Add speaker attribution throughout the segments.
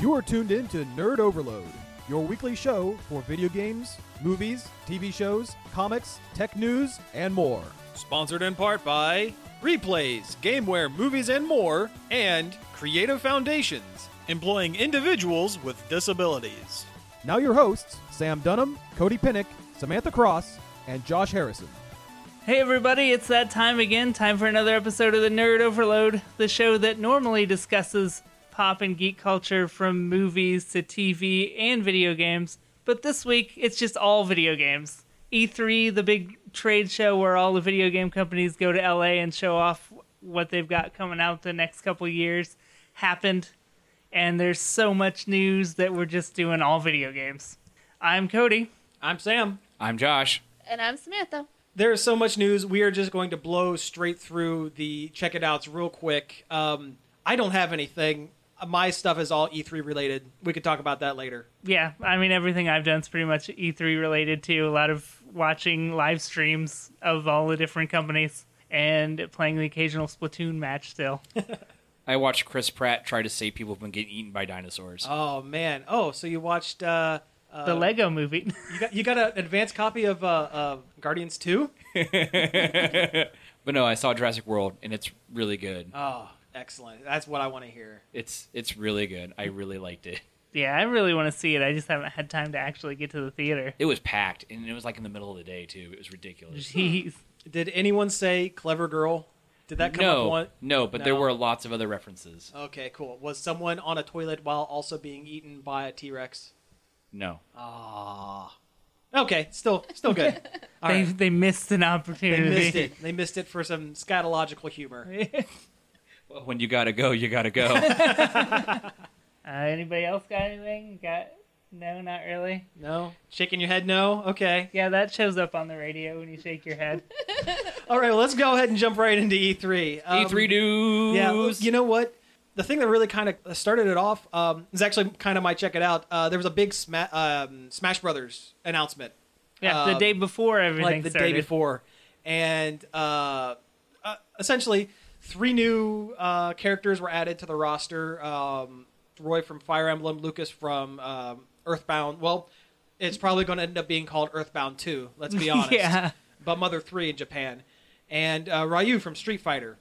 Speaker 1: You are tuned in to Nerd Overload, your weekly show for video games, movies, TV shows, comics, tech news, and more.
Speaker 2: Sponsored in part by Replays, Gameware, Movies, and More, and Creative Foundations, employing individuals with disabilities.
Speaker 1: Now, your hosts, Sam Dunham, Cody Pinnick, Samantha Cross, and Josh Harrison.
Speaker 3: Hey everybody, it's that time again. Time for another episode of the Nerd Overload, the show that normally discusses pop and geek culture from movies to TV and video games. But this week, it's just all video games. E3, the big trade show where all the video game companies go to LA and show off what they've got coming out the next couple years, happened. And there's so much news that we're just doing all video games. I'm Cody.
Speaker 2: I'm Sam.
Speaker 4: I'm Josh.
Speaker 5: And I'm Samantha.
Speaker 2: There is so much news. We are just going to blow straight through the check it outs real quick. Um, I don't have anything. My stuff is all E3 related. We could talk about that later.
Speaker 3: yeah, I mean everything I've done is pretty much E3 related to a lot of watching live streams of all the different companies and playing the occasional Splatoon match still.
Speaker 4: I watched Chris Pratt try to save people from getting eaten by dinosaurs.
Speaker 2: Oh man. Oh, so you watched? Uh, uh,
Speaker 3: the Lego movie.
Speaker 2: you got you got an advanced copy of uh, uh, Guardians Two?
Speaker 4: but no, I saw Jurassic World and it's really good.
Speaker 2: Oh, excellent. That's what I want to hear.
Speaker 4: It's it's really good. I really liked it.
Speaker 3: yeah, I really want to see it. I just haven't had time to actually get to the theater.
Speaker 4: It was packed and it was like in the middle of the day too. It was
Speaker 2: Hmm.
Speaker 4: ridiculous.
Speaker 3: Jeez.
Speaker 2: Did anyone say "clever girl"? Did that come up?
Speaker 4: no,
Speaker 2: One?
Speaker 4: no, but there
Speaker 2: No. Oh.
Speaker 4: were lots of other references.
Speaker 2: Okay, cool. Was someone on a toilet while also being eaten by a T Rex?
Speaker 4: No,
Speaker 2: Ah. Okay, still still good. All
Speaker 3: They,
Speaker 2: right.
Speaker 3: they missed an
Speaker 2: They
Speaker 3: opportunity.
Speaker 2: missed it. They missed it for some scatological humor.
Speaker 4: Well, when you gotta go, you gotta go.
Speaker 3: Uh, anybody else got anything? Got no, not really.
Speaker 2: No? Shaking your head no? Okay.
Speaker 3: Yeah, that shows up on the radio when you shake your head.
Speaker 2: All right, well, let's go ahead and jump right into E3. Um,
Speaker 4: E3 E news.
Speaker 2: Yeah, you know what? The thing that really kind of started it off um, is actually kind of my check it out. Uh, there was a big Sma- um, Smash Brothers announcement
Speaker 3: Yeah, the
Speaker 2: Um,
Speaker 3: day before everything
Speaker 2: like the
Speaker 3: started.
Speaker 2: day before, and uh, uh, essentially three new uh, characters were added to the roster. Um, Roy from Fire Emblem, Lucas from um, Earthbound. Well, it's probably going to end up being called Earthbound Two. Let's be honest.
Speaker 3: Yeah.
Speaker 2: But Mother Three in Japan, and uh, Ryu from Street Fighter.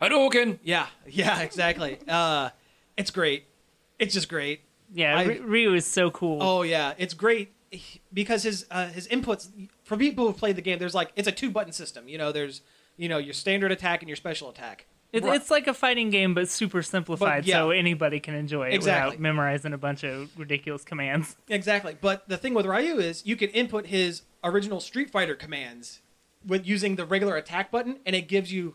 Speaker 4: Hadouken.
Speaker 2: Yeah, yeah, exactly. uh, it's great. It's just great.
Speaker 3: Yeah,
Speaker 2: I-
Speaker 3: Ry- Ryu is so cool.
Speaker 2: Oh yeah, it's great because his uh, his inputs for people who've played the game. There's like it's a two button system. You know, there's you know your standard attack and your special attack.
Speaker 3: It,
Speaker 2: Right.
Speaker 3: It's like a fighting game, but super simplified,
Speaker 2: But, yeah.
Speaker 3: so anybody can enjoy it
Speaker 2: Exactly.
Speaker 3: without memorizing a bunch of ridiculous commands.
Speaker 2: Exactly. But the thing with Ryu is you can input his original Street Fighter commands with using the regular attack button, and it gives you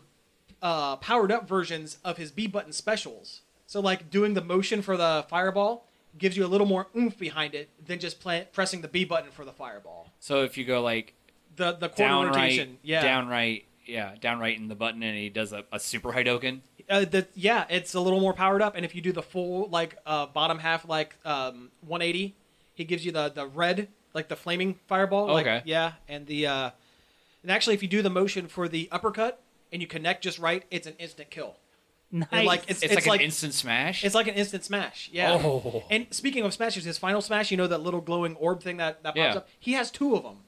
Speaker 2: uh, powered up versions of his B button specials. So like doing the motion for the fireball gives you a little more oomph behind it than just play, pressing the B button for the fireball.
Speaker 4: So if you go like
Speaker 2: The the quarter
Speaker 4: down
Speaker 2: rotation,
Speaker 4: right,
Speaker 2: yeah,
Speaker 4: down right, yeah, down right in the button, and he does a, a super Hadouken.
Speaker 2: uh, the, yeah, it's a little more powered up. And if you do the full like uh, bottom half like um, 180, he gives you the the red like the flaming fireball. like-
Speaker 4: Okay.
Speaker 2: yeah, and the uh, and actually, if you do the motion for the uppercut and you connect just right, it's an instant kill.
Speaker 3: Nice.
Speaker 2: And, like it's,
Speaker 4: It's, like, an instant smash.
Speaker 2: it's like an instant smash. Yeah.
Speaker 4: Oh.
Speaker 2: And speaking of smashes, his final smash, you know that little glowing orb thing that that pops
Speaker 4: Yeah.
Speaker 2: up. He has two of them.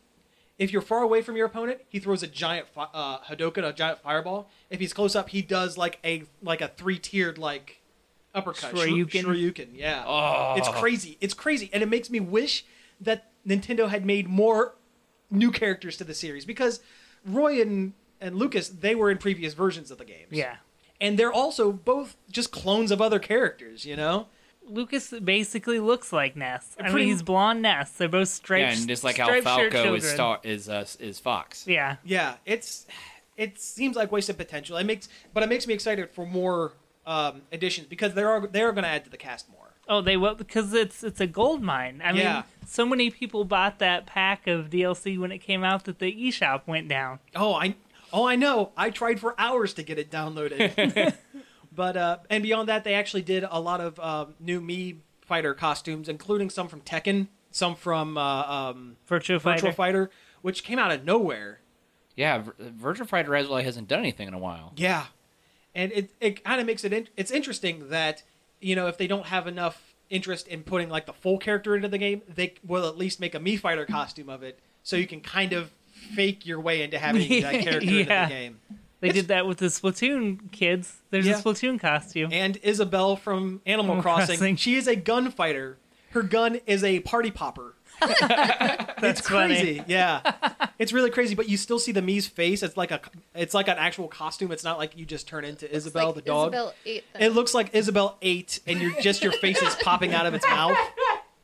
Speaker 2: If you're far away from your opponent, he throws a giant fi- uh, Hadouken, a giant fireball. If he's close up, he does like a like a three tiered like uppercut Shri-
Speaker 3: Shoryuken.
Speaker 2: Shoryuken, yeah.
Speaker 4: Oh.
Speaker 2: It's crazy. It's crazy, and it makes me wish that Nintendo had made more new characters to the series because Roy and and Lucas they were in previous versions of the games.
Speaker 3: yeah.
Speaker 2: and they're also both just clones of other characters. You know.
Speaker 3: Lucas basically looks like Ness. I
Speaker 2: Pretty-
Speaker 3: mean, he's blonde Ness. They're both striped.
Speaker 4: yeah, and just like how
Speaker 3: striped shirt
Speaker 4: Falco is
Speaker 3: children.
Speaker 4: star is uh, is Fox.
Speaker 3: Yeah.
Speaker 2: yeah it's it seems like wasted potential it makes but it makes me excited for more um additions because they are they are going to add to the cast more
Speaker 3: Oh, they will because it's it's a gold mine. I
Speaker 2: Yeah.
Speaker 3: mean, so many people bought that pack of DLC when it came out that the eShop went down.
Speaker 2: oh i oh i know i tried for hours to get it downloaded but uh and beyond that they actually did a lot of um, new me fighter costumes including some from tekken some from uh, um
Speaker 3: Virtua
Speaker 2: virtual
Speaker 3: Fighter.
Speaker 2: fighter which came out of nowhere
Speaker 4: Yeah, Vir- Virgin Fighter Reswell hasn't done anything in a while.
Speaker 2: Yeah, and it it kind of makes it in, it's interesting that you know if they don't have enough interest in putting like the full character into the game, they will at least make a Mii Fighter costume of it, so you can kind of fake your way into having that character
Speaker 3: Yeah.
Speaker 2: in the game.
Speaker 3: They
Speaker 2: It's-
Speaker 3: did that with the Splatoon kids. There's
Speaker 2: Yeah.
Speaker 3: a Splatoon costume.
Speaker 2: And Isabel from Animal
Speaker 3: Animal
Speaker 2: Crossing,
Speaker 3: Crossing.
Speaker 2: she is a gunfighter. Her gun is a party popper.
Speaker 3: That's
Speaker 2: it's
Speaker 3: funny.
Speaker 2: crazy. Yeah, it's really crazy. But you still see the Mii's face. It's like a, it's like an actual costume. It's not like you just turn into Isabel
Speaker 5: like
Speaker 2: the dog.
Speaker 5: Isabel ate them.
Speaker 2: It looks like Isabel ate, and you're just your face is popping out of its mouth.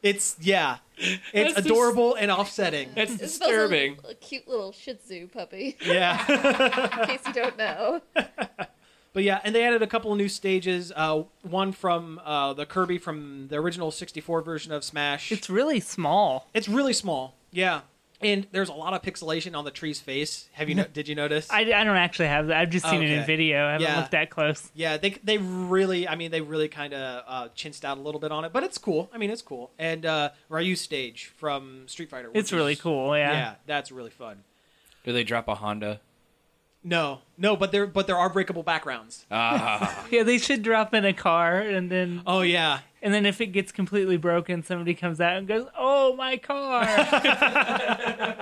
Speaker 2: It's yeah, it's
Speaker 4: That's just-
Speaker 2: adorable and offsetting.
Speaker 4: That's
Speaker 5: Isabel's a-
Speaker 4: disturbing.
Speaker 5: A, cute little Shih Tzu puppy,
Speaker 2: Yeah,
Speaker 5: in case you don't know.
Speaker 2: but yeah, and they added a couple of new stages. Uh, one from uh, the Kirby from the original 64 version of Smash.
Speaker 3: It's really small.
Speaker 2: It's really small. Yeah. And there's a lot of pixelation on the tree's face. Have you no- did you notice?
Speaker 3: I, I don't actually have that. I've just seen it in
Speaker 2: Okay.
Speaker 3: video. I haven't
Speaker 2: Yeah.
Speaker 3: looked that close.
Speaker 2: yeah, they they really I mean they really kind of uh, chinsed out a little bit on it, but it's cool. I mean it's cool. And uh, Ryu's stage from Street Fighter. which
Speaker 3: It's really
Speaker 2: is-
Speaker 3: cool.
Speaker 2: Yeah.
Speaker 3: Yeah.
Speaker 2: that's really fun.
Speaker 4: Do they drop a Honda?
Speaker 2: No, no, but there but there are breakable backgrounds.
Speaker 4: Ah,
Speaker 3: Yeah, they should drop in a car and then
Speaker 2: Oh yeah,
Speaker 3: and then if it gets completely broken, somebody comes out and goes, "Oh, my car."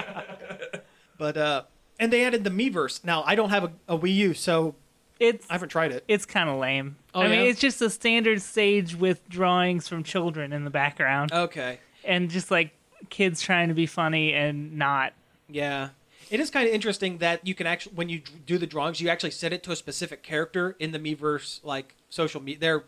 Speaker 2: but uh, and they added the Miiverse. Now I don't have a, a Wii U, so
Speaker 3: it's
Speaker 2: I haven't tried it.
Speaker 3: it's kind of lame.
Speaker 2: Oh,
Speaker 3: I mean,
Speaker 2: yeah?
Speaker 3: it's just a standard stage with drawings from children in the
Speaker 2: Oh.
Speaker 3: background
Speaker 2: Okay,
Speaker 3: and just like kids trying to be funny and not.
Speaker 2: Yeah. It is kind of interesting that you can actually, when you do the drawings, you actually set it to a specific character in the Miiverse, like social media. They're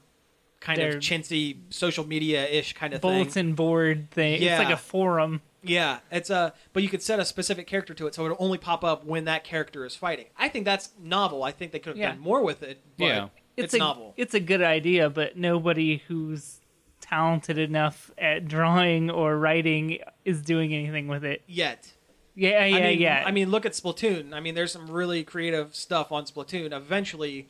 Speaker 2: kind
Speaker 3: They're-
Speaker 2: of chintzy social media ish kind of thing.
Speaker 3: bulletin board thing.
Speaker 2: Yeah.
Speaker 3: It's like a forum.
Speaker 2: Yeah, it's a but you could set a specific character to it, so it'll only pop up when that character is fighting. I think that's novel. I think they could have
Speaker 3: Yeah.
Speaker 2: done more with it. But
Speaker 4: Yeah.
Speaker 2: it's,
Speaker 3: a,
Speaker 2: novel.
Speaker 3: It's a good idea, but nobody who's talented enough at drawing or writing is doing anything with it.
Speaker 2: Yet,
Speaker 3: Yeah, yeah,
Speaker 2: I mean,
Speaker 3: yeah.
Speaker 2: I mean, look at Splatoon. I mean, there's some really creative stuff on Splatoon. Eventually,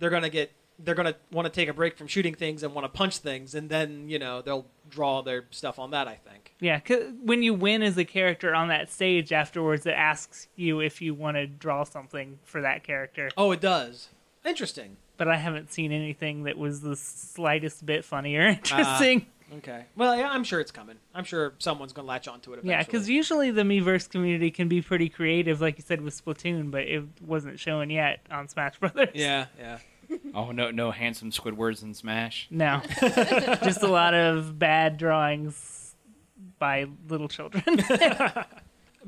Speaker 2: they're gonna get they're gonna want to take a break from shooting things and want to punch things, and then you know they'll draw their stuff on that. I think.
Speaker 3: yeah. 'cause when you win as a character on that stage afterwards, it asks you if you want to draw something for that character.
Speaker 2: Oh, it does. Interesting.
Speaker 3: But I haven't seen anything that was the slightest bit funny
Speaker 2: Ah,
Speaker 3: or interesting.
Speaker 2: Okay. Well, yeah, I'm sure it's coming. I'm sure someone's gonna latch onto it. Eventually.
Speaker 3: Yeah, because usually the Miiverse community can be pretty creative, like you said with Splatoon, but it wasn't showing yet on Smash Brothers.
Speaker 2: Yeah, yeah.
Speaker 4: oh no, no handsome Squidwards in Smash.
Speaker 3: No, just a lot of bad drawings by little children.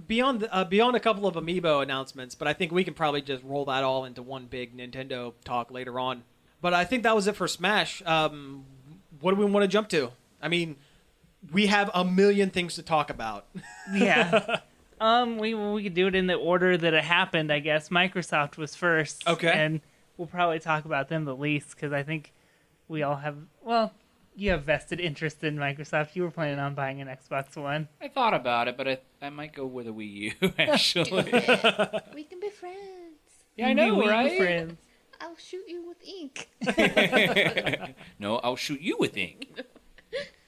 Speaker 2: Beyond uh, beyond a couple of amiibo announcements, but I think we can probably just roll that all into one big Nintendo talk later on. But I think that was it for Smash. Um, what do we want to jump to? I mean, we have a million things to talk about.
Speaker 3: yeah. Um, we we could do it in the order that it happened, I guess. Microsoft was first.
Speaker 2: Okay.
Speaker 3: And we'll probably talk about them the least because I think we all have. Well, you have vested interest in Microsoft. You were planning on buying an Xbox One.
Speaker 4: I thought about it, but I, I might go with a Wii U actually.
Speaker 5: we can be friends.
Speaker 4: yeah, I
Speaker 3: We-
Speaker 4: know,
Speaker 3: we were
Speaker 4: right?
Speaker 3: Friends.
Speaker 5: I'll shoot you with ink.
Speaker 4: No, I'll shoot you with ink.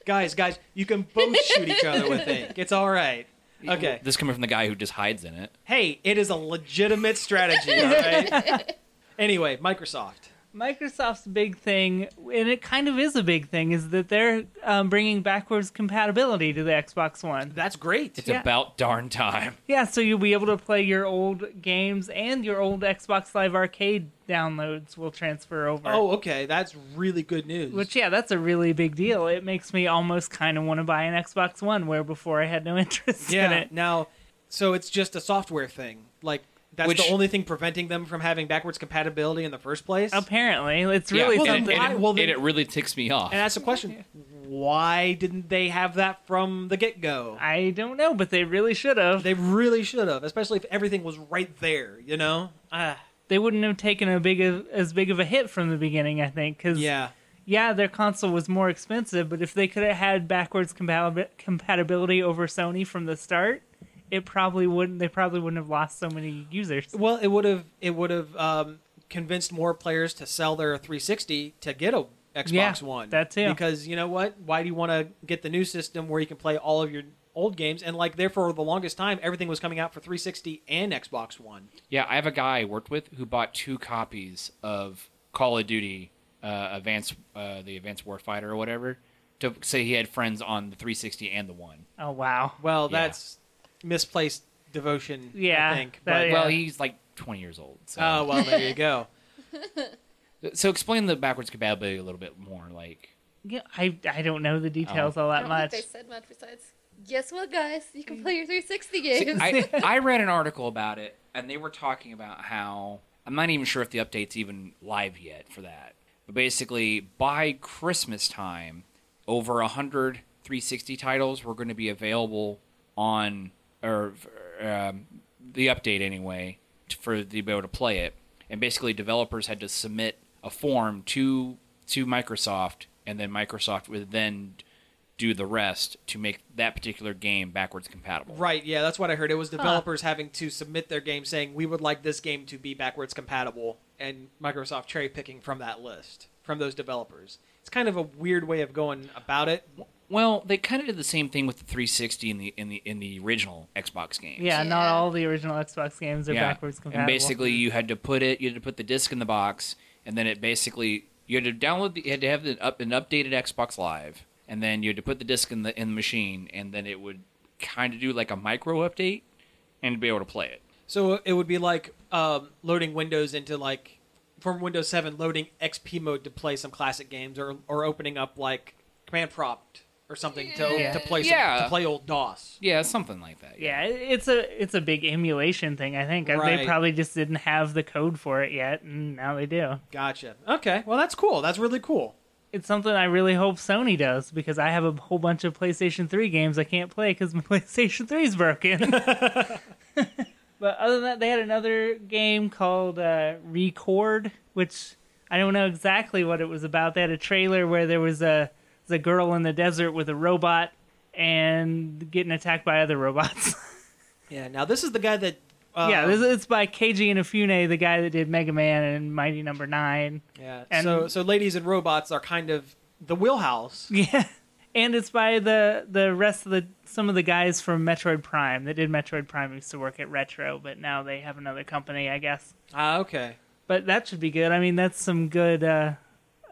Speaker 2: guys, guys, you can both shoot each other with ink. It's all right. Okay.
Speaker 4: This coming from the guy who just hides in it.
Speaker 2: Hey, it is a legitimate strategy, all right? anyway, Microsoft.
Speaker 3: Microsoft's big thing, and it kind of is a big thing, is that they're um, bringing backwards compatibility to the Xbox One.
Speaker 2: That's great.
Speaker 4: It's
Speaker 3: Yeah.
Speaker 4: about darn time.
Speaker 3: Yeah, so you'll be able to play your old games and your old Xbox Live Arcade downloads will transfer over.
Speaker 2: Oh, okay. That's really good news.
Speaker 3: Which, yeah, that's a really big deal. It makes me almost kind of want to buy an Xbox One, where before I had no interest in
Speaker 2: yeah.
Speaker 3: it.
Speaker 2: Now, so it's just a software thing. Like that's
Speaker 4: Which-
Speaker 2: the only thing preventing them from having backwards compatibility in the first place. And
Speaker 3: Apparently, it's
Speaker 4: Yeah,
Speaker 3: really
Speaker 4: and,
Speaker 2: then
Speaker 4: it-
Speaker 3: something.
Speaker 4: and
Speaker 2: why-
Speaker 4: it,
Speaker 2: well, then-
Speaker 4: and it really ticks me off.
Speaker 2: that's the question. Why didn't they have that from the get go?
Speaker 3: I don't know, but they really should have. They,
Speaker 2: They really should have, especially if everything was right there. You know. Ah.
Speaker 3: wouldn't have taken a big of, as big of a hit from the beginning, I think, because
Speaker 2: Yeah.
Speaker 3: yeah, their console was more expensive, but if they could have had backwards compatib- compatibility over Sony from the start, it probably wouldn't. They probably wouldn't have lost so many users.
Speaker 2: Well, it would have. It would have um, convinced more players to sell their 360 to get a Xbox
Speaker 3: Yeah,
Speaker 2: One.
Speaker 3: that too.
Speaker 2: Because you know what? Why do you want to get the new system where you can play all of your old games? And like, therefore, the longest time everything was coming out for 360 and Xbox One.
Speaker 4: Yeah, I have a guy I worked with who bought two copies of Call of Duty, uh, Advanced, uh, the Advanced Warfighter or whatever, to say he had friends on the 360 and the one.
Speaker 3: Oh wow.
Speaker 2: Well,
Speaker 4: Yeah.
Speaker 2: that's misplaced devotion.
Speaker 3: Yeah,
Speaker 2: I think.
Speaker 3: that-
Speaker 2: But,
Speaker 3: yeah.
Speaker 4: Well, he's like 20 years old. So.
Speaker 2: Oh well, there you go.
Speaker 4: so explain the backwards compatibility a little bit more. Like,
Speaker 3: Yeah, I I don't know the details
Speaker 4: Oh.
Speaker 3: all
Speaker 5: I
Speaker 3: that
Speaker 5: don't
Speaker 3: much.
Speaker 5: think they said much besides. Guess what, guys? You can play your 360
Speaker 4: See,
Speaker 5: games.
Speaker 4: I, I read an article about it, and they were talking about how I'm not even sure if the update's even live yet for that. But basically, by Christmas time, over 100 360 titles were going to be available on or um, the update anyway t- for the be able to play it. And basically, developers had to submit a form to to Microsoft, and then Microsoft would then do the rest to make that particular game backwards compatible.
Speaker 2: Right, yeah, that's what I heard. It was developers having to submit their game saying we would like this game to be backwards compatible, and Microsoft cherry picking from that list from those developers. It's kind of a weird way of going about it.
Speaker 4: Well, they kind of did the same thing with the 360 in the in the in the original Xbox games.
Speaker 3: yeah, not
Speaker 5: Yeah.
Speaker 3: all the original Xbox games are
Speaker 4: Yeah.
Speaker 3: backwards compatible. Mm-hmm.
Speaker 4: And basically, you had to put it, you had to put the disc in the box, and then it basically you had to download, the, you had to have the, up, an updated Xbox Live, and then you had to put the disc in the in the machine, and then it would kind of do like a micro update and be able to play it.
Speaker 2: So it would be like um, loading Windows into like from Windows 7, loading XP mode to play some classic games, or or opening up like command prompt or something to
Speaker 5: Yeah.
Speaker 2: to play some,
Speaker 4: Yeah.
Speaker 2: to play old DOS.
Speaker 4: Yeah, something like that.
Speaker 3: yeah, it- it's a it's a big emulation thing. I think Uh,
Speaker 2: Right.
Speaker 3: they probably just didn't have the code for it yet, and now they do.
Speaker 2: Gotcha. Okay, well that's cool. That's really cool.
Speaker 3: It's something I really hope Sony does because I have a whole bunch of PlayStation 3 games I can't play because my PlayStation 3 is broken. but other than that, they had another game called uh, Record, which I don't know exactly what it was about. They had a trailer where there was a, was a girl in the desert with a robot and getting attacked by other robots.
Speaker 2: Yeah. Now this is the guy that. Uh,
Speaker 3: yeah, this, it's by Keiji Inafune, the guy that did Mega Man and Mighty Number Nine.
Speaker 2: Yeah.
Speaker 3: And-
Speaker 2: so so ladies and robots are kind of the wheelhouse.
Speaker 3: Yeah, and it's by the the rest of the some of the guys from Metroid Prime that did Metroid Prime used to work at Retro, but now they have another company, I guess.
Speaker 2: Ah, okay.
Speaker 3: But that should be good. I mean, that's some good uh,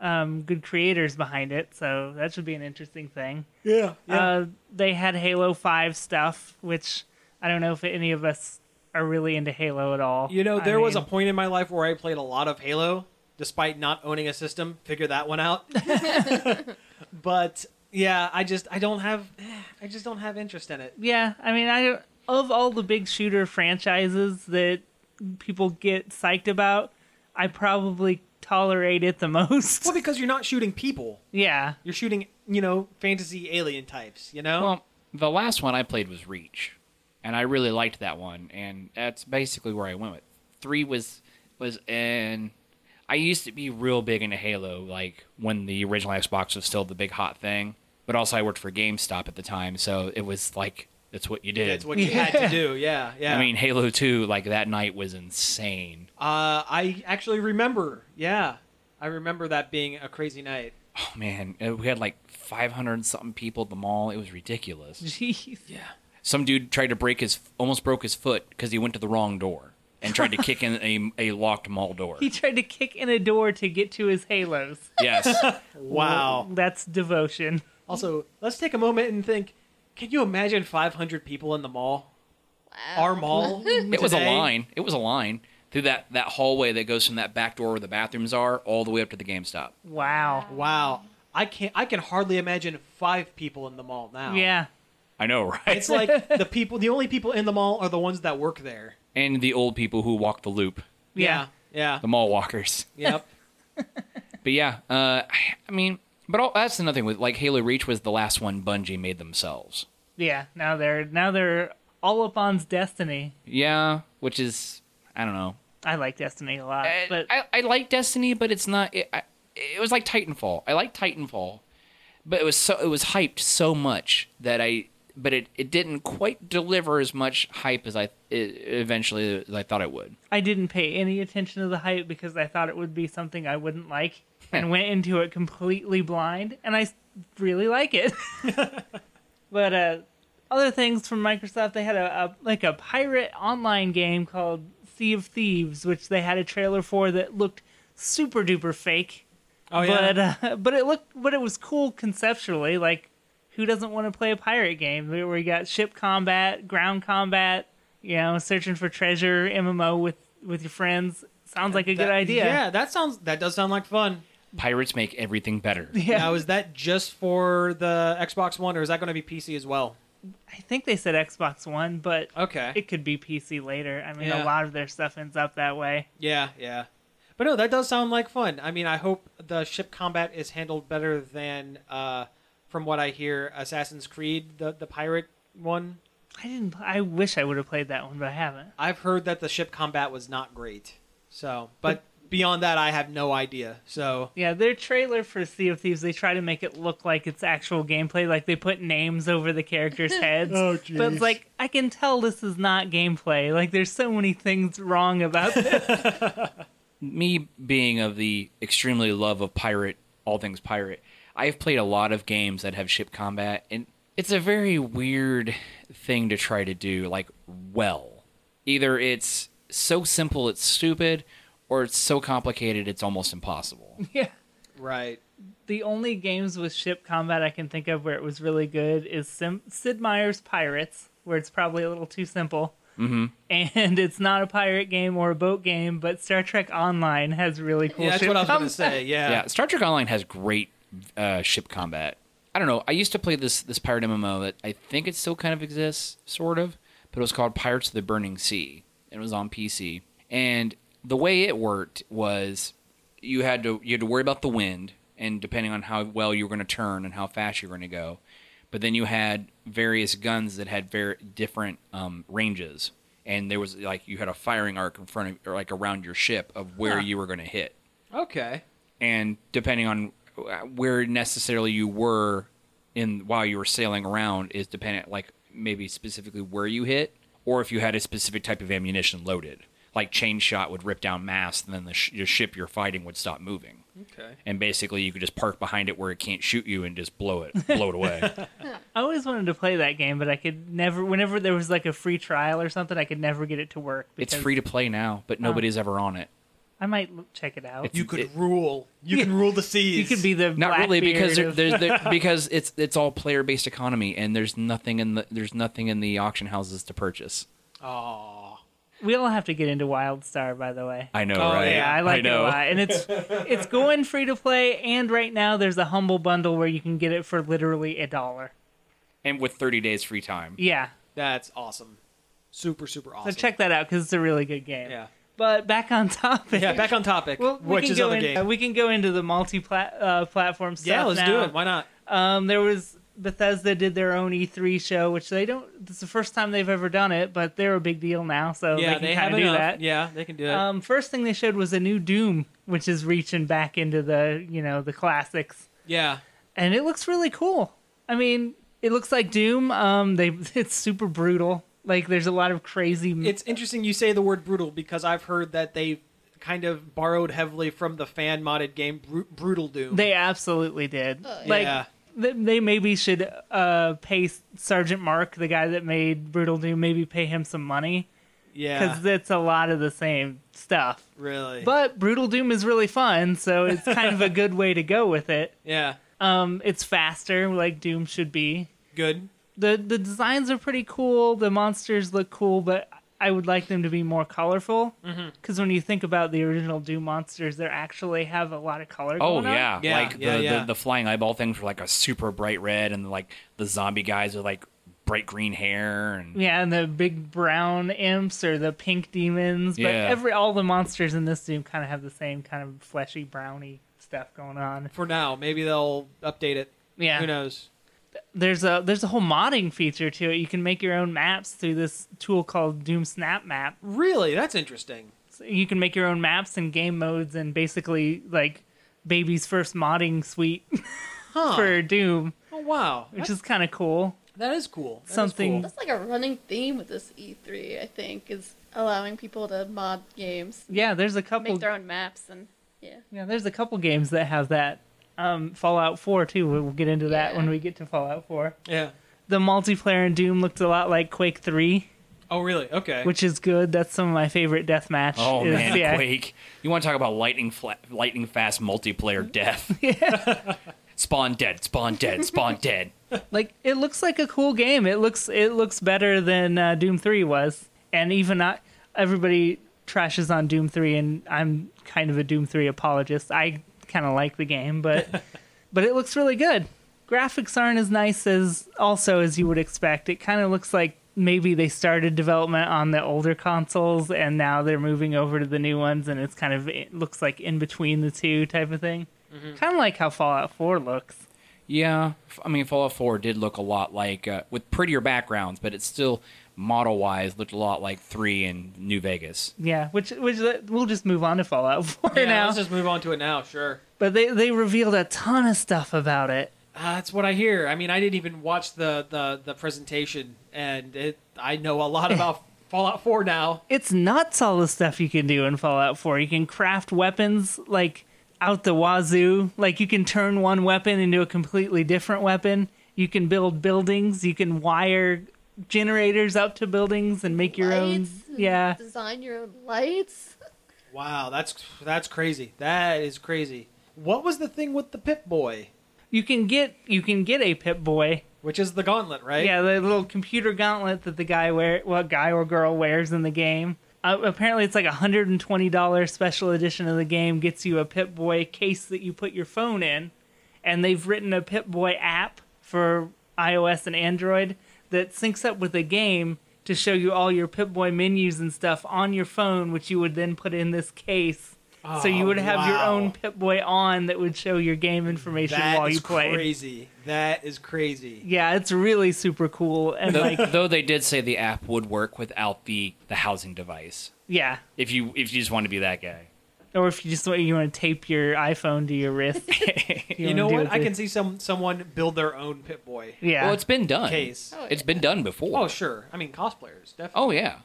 Speaker 3: um, good creators behind it, so that should be an interesting thing.
Speaker 2: Yeah.
Speaker 3: Uh, they had Halo Five stuff, which I don't know if any of us are really into Halo at all.
Speaker 2: you know,
Speaker 3: I
Speaker 2: there was a
Speaker 3: mean-
Speaker 2: point in my life where I played a lot of Halo, despite not owning a system. Figure that one out. but yeah, I just I don't have eh, I just don't have interest in it.
Speaker 3: Yeah, I mean, I of all the big shooter franchises that people get psyched about, I probably tolerate it the most.
Speaker 2: Well, because you're not shooting people.
Speaker 3: yeah,
Speaker 2: You're shooting, you know, fantasy alien types, you know?
Speaker 4: Well, the last one I played was Reach, and I really liked that one, and that's basically where I went with. Three was was and I used to be real big into Halo, like when the original Xbox was still the big hot thing. But also, I worked for GameStop at the time, so it was like that's what you did.
Speaker 2: That's what you had to do. Yeah, yeah.
Speaker 4: I mean, Halo Two, like that night was insane.
Speaker 2: uh, I actually remember. Yeah. I remember that being a crazy night.
Speaker 4: Oh man, uh, we had like 500 and something people at the mall. It was ridiculous.
Speaker 3: jeez.
Speaker 4: some dude tried to break his almost broke his foot because he went to the wrong door and tried to kick in a, a locked mall door
Speaker 3: He tried to kick in a door to get to his halos.
Speaker 4: yes
Speaker 2: Wow.
Speaker 3: That's devotion.
Speaker 2: Also, let's take a moment and think. Can you imagine 500 people in the mall?
Speaker 3: Oh.
Speaker 5: wow.
Speaker 2: Our mall?
Speaker 4: it was a line it was a line through that that hallway that goes from that back door where the bathrooms are all the way up to the gamestop
Speaker 3: Wow.
Speaker 2: Wow. I can't. I can hardly imagine five people in the mall now.
Speaker 3: Yeah.
Speaker 4: i know right
Speaker 2: It's like the people. The only people in the mall are the ones that work there.
Speaker 4: and the old people who walk the loop
Speaker 3: Yeah.
Speaker 2: Yeah.
Speaker 4: the mall walkers
Speaker 2: Yep.
Speaker 4: but yeah uh i mean but all, that's another thing with like halo reach was the last one bungie made themselves
Speaker 3: Yeah. Now they're now they're all up on destiny.
Speaker 4: yeah which is i don't know
Speaker 3: I like Destiny a lot,
Speaker 4: I-
Speaker 3: Uh, but
Speaker 4: Uh, I, I like Destiny, but it's not. It, I, it was like Titanfall. I like Titanfall, but it was so it was hyped so much that I. But it, it didn't quite deliver as much hype as I it, eventually as I thought it would.
Speaker 3: I didn't pay any attention to the hype because I thought it would be something I wouldn't like and went into it completely blind, and I s- really like it. but uh, other things from Microsoft, they had a, a like a pirate online game called Sea of Thieves, which they had a trailer for that looked super duper fake.
Speaker 2: Oh
Speaker 3: but uh, but it looked but it was cool conceptually. Like, who doesn't want to play a pirate game where we got ship combat, ground combat, you know, searching for treasure, MMO with with your friends? Sounds like a
Speaker 2: That-
Speaker 3: good idea.
Speaker 2: Yeah, that sounds that does sound like fun.
Speaker 4: Pirates make everything better.
Speaker 3: Yeah.
Speaker 2: Now, is that just for the Xbox One, or is that going to be PC as well?
Speaker 3: I think they said Xbox One, but
Speaker 2: Okay.
Speaker 3: it could be PC later. I mean,
Speaker 2: Yeah.
Speaker 3: a lot of their stuff ends up that way.
Speaker 2: yeah, yeah. But no, that does sound like fun. I mean, I hope the ship combat is handled better than, uh, from what I hear, Assassin's Creed, the the pirate one.
Speaker 3: I didn't. I wish I would have played that one, but I haven't.
Speaker 2: I've heard that the ship combat was not great. So, but beyond that, I have no idea. So,
Speaker 3: Yeah, their trailer for Sea of Thieves, they try to make it look like it's actual gameplay. Like they put names over the characters' heads.
Speaker 2: Oh,
Speaker 3: But
Speaker 2: jeez.
Speaker 3: it's like, I can tell this is not gameplay. Like there's so many things wrong about this.
Speaker 4: me being of the extremely love of pirate all things pirate i've played a lot of games that have ship combat and it's a very weird thing to try to do like well either it's so simple it's stupid or it's so complicated it's almost impossible
Speaker 3: yeah.
Speaker 2: right.
Speaker 3: The only games with ship combat I can think of where it was really good is Sim- Sid Meier's Pirates, where it's probably a little too simple. Mm-hmm. And it's not a pirate game or a boat game, but Star Trek Online has really cool
Speaker 2: Yeah, that's
Speaker 3: ship
Speaker 2: what I was going to
Speaker 3: combat.
Speaker 2: say. Yeah.
Speaker 4: yeah star trek online has great uh, ship combat i don't know i used to play this this pirate mmo that i think it still kind of exists sort of but it was called pirates of the burning sea and it was on pc and the way it worked was you had to you had to worry about the wind and depending on how well you were going to turn and how fast you were going to go but then you had various guns that had very different um, ranges and there was like you had a firing arc in front of or like around your ship of where you were going to hit
Speaker 2: Okay.
Speaker 4: and depending on uh, where necessarily you were in while you were sailing around is dependent like maybe specifically where you hit or if you had a specific type of ammunition loaded like chain shot would rip down masts and then the sh- your ship you're fighting would stop moving
Speaker 2: Okay.
Speaker 4: and basically you could just park behind it where it can't shoot you and just blow it blow it away
Speaker 3: I always wanted to play that game, but I could never. Whenever there was like a free trial or something, I could never get it to work.
Speaker 4: it's
Speaker 3: because
Speaker 4: free to play now but nobody's ever on it
Speaker 3: I might l- check it out.
Speaker 4: It's-
Speaker 2: You could
Speaker 4: It-
Speaker 2: rule. You can rule the seas.
Speaker 3: You could be the
Speaker 4: not really because
Speaker 3: Blackbeard
Speaker 4: there,
Speaker 3: of-
Speaker 4: there's there, because it's it's all player based economy and there's nothing in the there's nothing in the auction houses to purchase
Speaker 2: Oh.
Speaker 3: we all have to get into Wildstar, by the way.
Speaker 4: i know
Speaker 2: Oh,
Speaker 4: right
Speaker 3: Yeah, I like it a
Speaker 4: know.
Speaker 3: lot, and it's it's going free to play. And right now, there's a humble bundle where you can get it for literally a dollar.
Speaker 4: and with 30 days free time.
Speaker 3: Yeah,
Speaker 2: That's awesome. Super, super
Speaker 3: so
Speaker 2: awesome.
Speaker 3: check that out because it's a really good game.
Speaker 2: Yeah.
Speaker 3: But back on topic.
Speaker 2: Yeah, back on topic.
Speaker 3: Well, we
Speaker 2: which
Speaker 3: can
Speaker 2: is
Speaker 3: go
Speaker 2: other
Speaker 3: in- uh,
Speaker 2: game.
Speaker 3: We can go into the multi-platform stuff.
Speaker 2: yeah, let's do
Speaker 3: now.
Speaker 2: it. Why not?
Speaker 3: Um, there was Bethesda did their own E3 show, which they don't. It's the first time they've ever done it, but they're a big deal now, so
Speaker 2: yeah,
Speaker 3: they
Speaker 2: they
Speaker 3: can
Speaker 2: have
Speaker 3: kind of do
Speaker 2: enough.
Speaker 3: that.
Speaker 2: Yeah, they can do it.
Speaker 3: Um, first thing they showed was a new Doom, which is reaching back into the you know the classics,
Speaker 2: yeah.
Speaker 3: and it looks really cool. I mean, it looks like Doom. Um, they it's super brutal. Like there's a lot of crazy.
Speaker 2: It's interesting you say the word brutal because I've heard that they kind of borrowed heavily from the fan modded game Bru- Brutal Doom.
Speaker 3: they absolutely did.
Speaker 5: Ugh.
Speaker 3: Like
Speaker 2: Yeah.
Speaker 3: th- they maybe should uh pay Sergeant Mark, the guy that made Brutal Doom, maybe pay him some money.
Speaker 2: yeah.
Speaker 3: because it's a lot of the same stuff.
Speaker 2: Really.
Speaker 3: But Brutal Doom is really fun, so it's kind of a good way to go with it.
Speaker 2: yeah.
Speaker 3: Um, it's faster, like Doom should be.
Speaker 2: Good.
Speaker 3: the The designs are pretty cool. The monsters look cool, but I would like them to be more colorful.
Speaker 4: Mm-hmm.
Speaker 3: Because when you think about the original Doom monsters, they actually have a lot of color.
Speaker 4: Oh
Speaker 3: going on.
Speaker 4: yeah.
Speaker 2: Yeah,
Speaker 4: like
Speaker 2: yeah,
Speaker 4: the,
Speaker 2: yeah.
Speaker 4: the the flying eyeball things were like a super bright red, and like the zombie guys with like bright green hair and
Speaker 3: Yeah, and the big brown imps or the pink demons, but
Speaker 4: Yeah.
Speaker 3: every all the monsters in this Doom kind of have the same kind of fleshy browny stuff going on.
Speaker 2: For now, maybe they'll update it.
Speaker 3: Yeah,
Speaker 2: Who knows?
Speaker 3: there's a there's a whole modding feature to it. You can make your own maps through this tool called Doom Snap Map.
Speaker 2: Really, that's interesting.
Speaker 3: So you can make your own maps and game modes and basically like baby's first modding suite
Speaker 2: Huh.
Speaker 3: for Doom,
Speaker 2: oh wow,
Speaker 3: which
Speaker 2: That-
Speaker 3: is kind of cool.
Speaker 2: that is cool. That is
Speaker 3: something-
Speaker 2: cool.
Speaker 5: That's like a running theme with this E3, I think, is allowing people to mod games,
Speaker 3: Yeah, there's a couple
Speaker 5: make their own maps, and yeah.
Speaker 3: yeah, there's a couple games that have that. Um, Fallout 4 too. We'll get into that
Speaker 5: Yeah.
Speaker 3: when we get to Fallout 4.
Speaker 2: Yeah.
Speaker 3: The multiplayer in Doom looked a lot like Quake 3.
Speaker 2: Oh, really? Okay.
Speaker 3: which is good. That's some of my favorite deathmatch.
Speaker 4: Oh
Speaker 3: is,
Speaker 4: man,
Speaker 3: yeah.
Speaker 4: Quake! You want to talk about lightning fla- lightning fast multiplayer death? spawn dead, spawn dead, spawn dead.
Speaker 3: Like it looks like a cool game. It looks it looks better than uh, Doom Three was, and even not everybody trashes on Doom Three, and I'm kind of a Doom Three apologist. I kind of like the game, but but it looks really good. Graphics aren't as nice as also as you would expect. It kind of looks like maybe they started development on the older consoles and now they're moving over to the new ones and it's kind of it looks like in between the two type of thing. Kind of like how Fallout 4 looks.
Speaker 4: Yeah, f- I mean Fallout 4 did look a lot like uh, with prettier backgrounds, but it still model wise looked a lot like three in New Vegas.
Speaker 3: Yeah, which which uh, we'll just move on to Fallout 4
Speaker 2: yeah,
Speaker 3: now.
Speaker 2: let's just move on to it now. Sure.
Speaker 3: But they they revealed a ton of stuff about it.
Speaker 2: Uh, that's what I hear. I mean, I didn't even watch the the, the presentation, and it, I know a lot about Fallout 4 now.
Speaker 3: It's nuts all the stuff you can do in Fallout 4. You can craft weapons like out the wazoo. Like you can turn one weapon into a completely different weapon. You can build buildings. You can wire generators up to buildings and make your own.
Speaker 5: Lights,
Speaker 3: Yeah.
Speaker 5: Design your own lights.
Speaker 2: Wow, that's that's crazy. That is crazy. What was the thing with the Pip Boy,
Speaker 3: You can get you can get a Pip Boy
Speaker 2: which is the gauntlet, right?
Speaker 3: Yeah, the little computer gauntlet that the guy wear, well, guy or girl wears in the game. Uh, apparently, it's like a hundred and twenty dollar special edition of the game gets you a Pip Boy case that you put your phone in, and they've written a Pip Boy app for iOS and Android that syncs up with the game to show you all your Pip Boy menus and stuff on your phone, which you would then put in this case. so you
Speaker 2: Oh,
Speaker 3: would have your
Speaker 2: wow.
Speaker 3: own Pip Boy on that would show your game information
Speaker 2: That
Speaker 3: while
Speaker 2: is
Speaker 3: you played.
Speaker 2: crazy. That is crazy.
Speaker 3: Yeah, it's really super cool and
Speaker 4: Though,
Speaker 3: like
Speaker 4: though they did say the app would work without the the housing device.
Speaker 3: yeah.
Speaker 4: If you if you just want to be that guy.
Speaker 3: or if you just want you want to tape your iPhone to your wrist.
Speaker 2: You, know what? I can see some someone build their own Pip Boy
Speaker 3: Yeah,
Speaker 4: Well, it's been done.
Speaker 2: case.
Speaker 5: Oh,
Speaker 4: It's
Speaker 5: yeah.
Speaker 4: been done before.
Speaker 2: Oh, sure. I mean, cosplayers definitely.
Speaker 4: Oh yeah,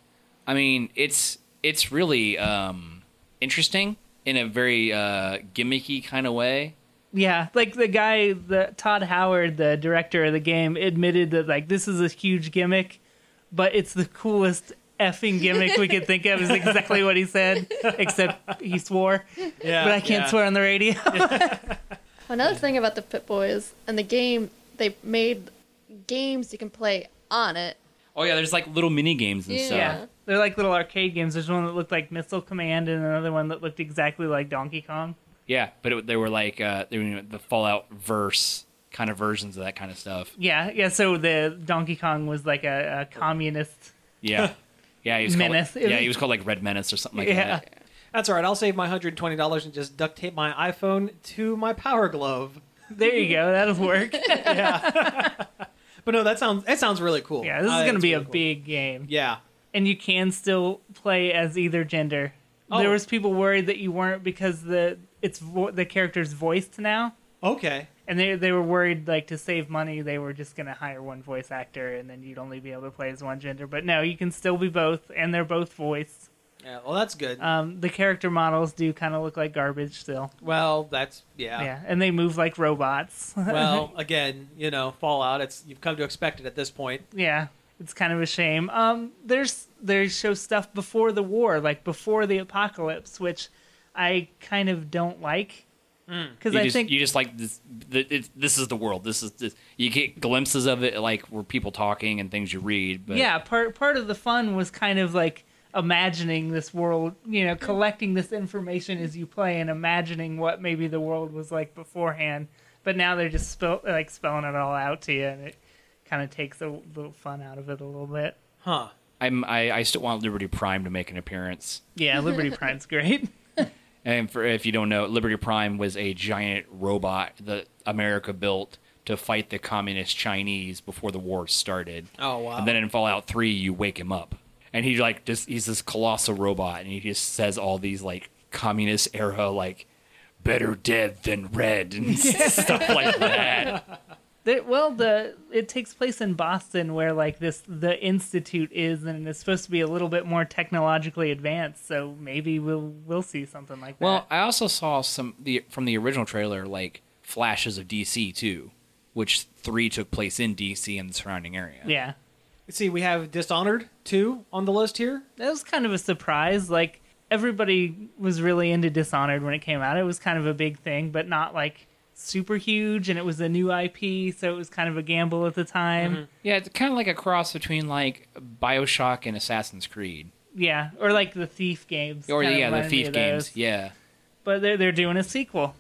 Speaker 4: I mean it's it's really um, interesting in a very uh, gimmicky kind of way.
Speaker 3: yeah. Like the guy, the Todd Howard, the director of the game, admitted that like this is a huge gimmick, but it's the coolest effing gimmick we could think of. Is exactly what he said, except he swore.
Speaker 2: yeah,
Speaker 3: but I can't
Speaker 2: yeah.
Speaker 3: swear on the radio.
Speaker 5: Another thing about the Pit Boys and the game, they made games you can play on it.
Speaker 4: Oh yeah, there's like little mini games and stuff.
Speaker 5: Yeah.
Speaker 3: They're like little arcade games. There's one that looked like Missile Command and another one that looked exactly like Donkey Kong.
Speaker 4: Yeah, but it, they were like uh, they were the Fallout verse kind of versions of that kind of stuff.
Speaker 3: Yeah, yeah. So the Donkey Kong was like a, a communist
Speaker 4: Yeah, yeah, he was called,
Speaker 3: Menace.
Speaker 4: yeah, he was called like Red Menace or something like
Speaker 3: Yeah.
Speaker 4: that.
Speaker 2: That's all right. I'll save my hundred twenty dollars and just duct tape my iPhone to my power glove.
Speaker 3: There you go. That'll work.
Speaker 2: But no, that sounds that sounds really cool.
Speaker 3: yeah, this
Speaker 2: Uh,
Speaker 3: is going to
Speaker 2: it's
Speaker 3: be a
Speaker 2: really cool.
Speaker 3: big game.
Speaker 2: Yeah.
Speaker 3: And you can still play as either gender. There
Speaker 2: Oh.
Speaker 3: was people worried that you weren't because the it's vo- the character's voiced now.
Speaker 2: Okay.
Speaker 3: And they they were worried like to save money they were just going to hire one voice actor and then you'd only be able to play as one gender. But no, you can still be both and they're both voiced.
Speaker 2: Yeah. Well, that's good.
Speaker 3: Um the character models do kind of look like garbage still.
Speaker 2: well, that's yeah.
Speaker 3: yeah, and they move like robots.
Speaker 2: Well, again, you know, Fallout. It's you've come to expect it at this point.
Speaker 3: yeah it's kind of a shame um there's they show stuff before the war like before the apocalypse which i kind of don't like because
Speaker 4: You
Speaker 3: i
Speaker 4: just
Speaker 3: think
Speaker 4: you just like this. th it, this is the world. This is this. You get glimpses of it, like where people talking and things you read. But
Speaker 3: yeah part part of the fun was kind of like imagining this world you know collecting this information as you play and imagining what maybe the world was like beforehand but now they're just spell, like spelling it all out to you and it kind of takes the, the fun out of it a little bit
Speaker 2: Huh.
Speaker 4: I'm I, I still want Liberty Prime to make an appearance.
Speaker 3: yeah liberty prime's great
Speaker 4: And for if you don't know, Liberty Prime was a giant robot that America built to fight the communist Chinese before the war started.
Speaker 2: Oh, wow.
Speaker 4: And then in Fallout 3, you wake him up. And he like just he's this colossal robot and he just says all these like communist era like better dead than red and stuff like that.
Speaker 3: There, well, the it takes place in Boston, where like this the institute is, and it's supposed to be a little bit more technologically advanced. So maybe we'll we'll see something like that.
Speaker 4: Well, I also saw some the from the original trailer like flashes of DC too, which 3 took place in DC and the surrounding area.
Speaker 3: yeah,
Speaker 2: Let's see, we have Dishonored 2 on the list here.
Speaker 3: That was kind of a surprise. Like everybody was really into Dishonored when it came out. It was kind of a big thing, but not like super huge. And it was a new IP, so it was kind of a gamble at the time.
Speaker 4: Yeah, it's kind of like a cross between like Bioshock and Assassin's Creed,
Speaker 3: Yeah, or like the Thief games.
Speaker 4: or
Speaker 3: kinda
Speaker 4: yeah, the
Speaker 3: reminded me
Speaker 4: Thief
Speaker 3: of
Speaker 4: games.
Speaker 3: those.
Speaker 4: Yeah,
Speaker 3: But they're they're doing a sequel,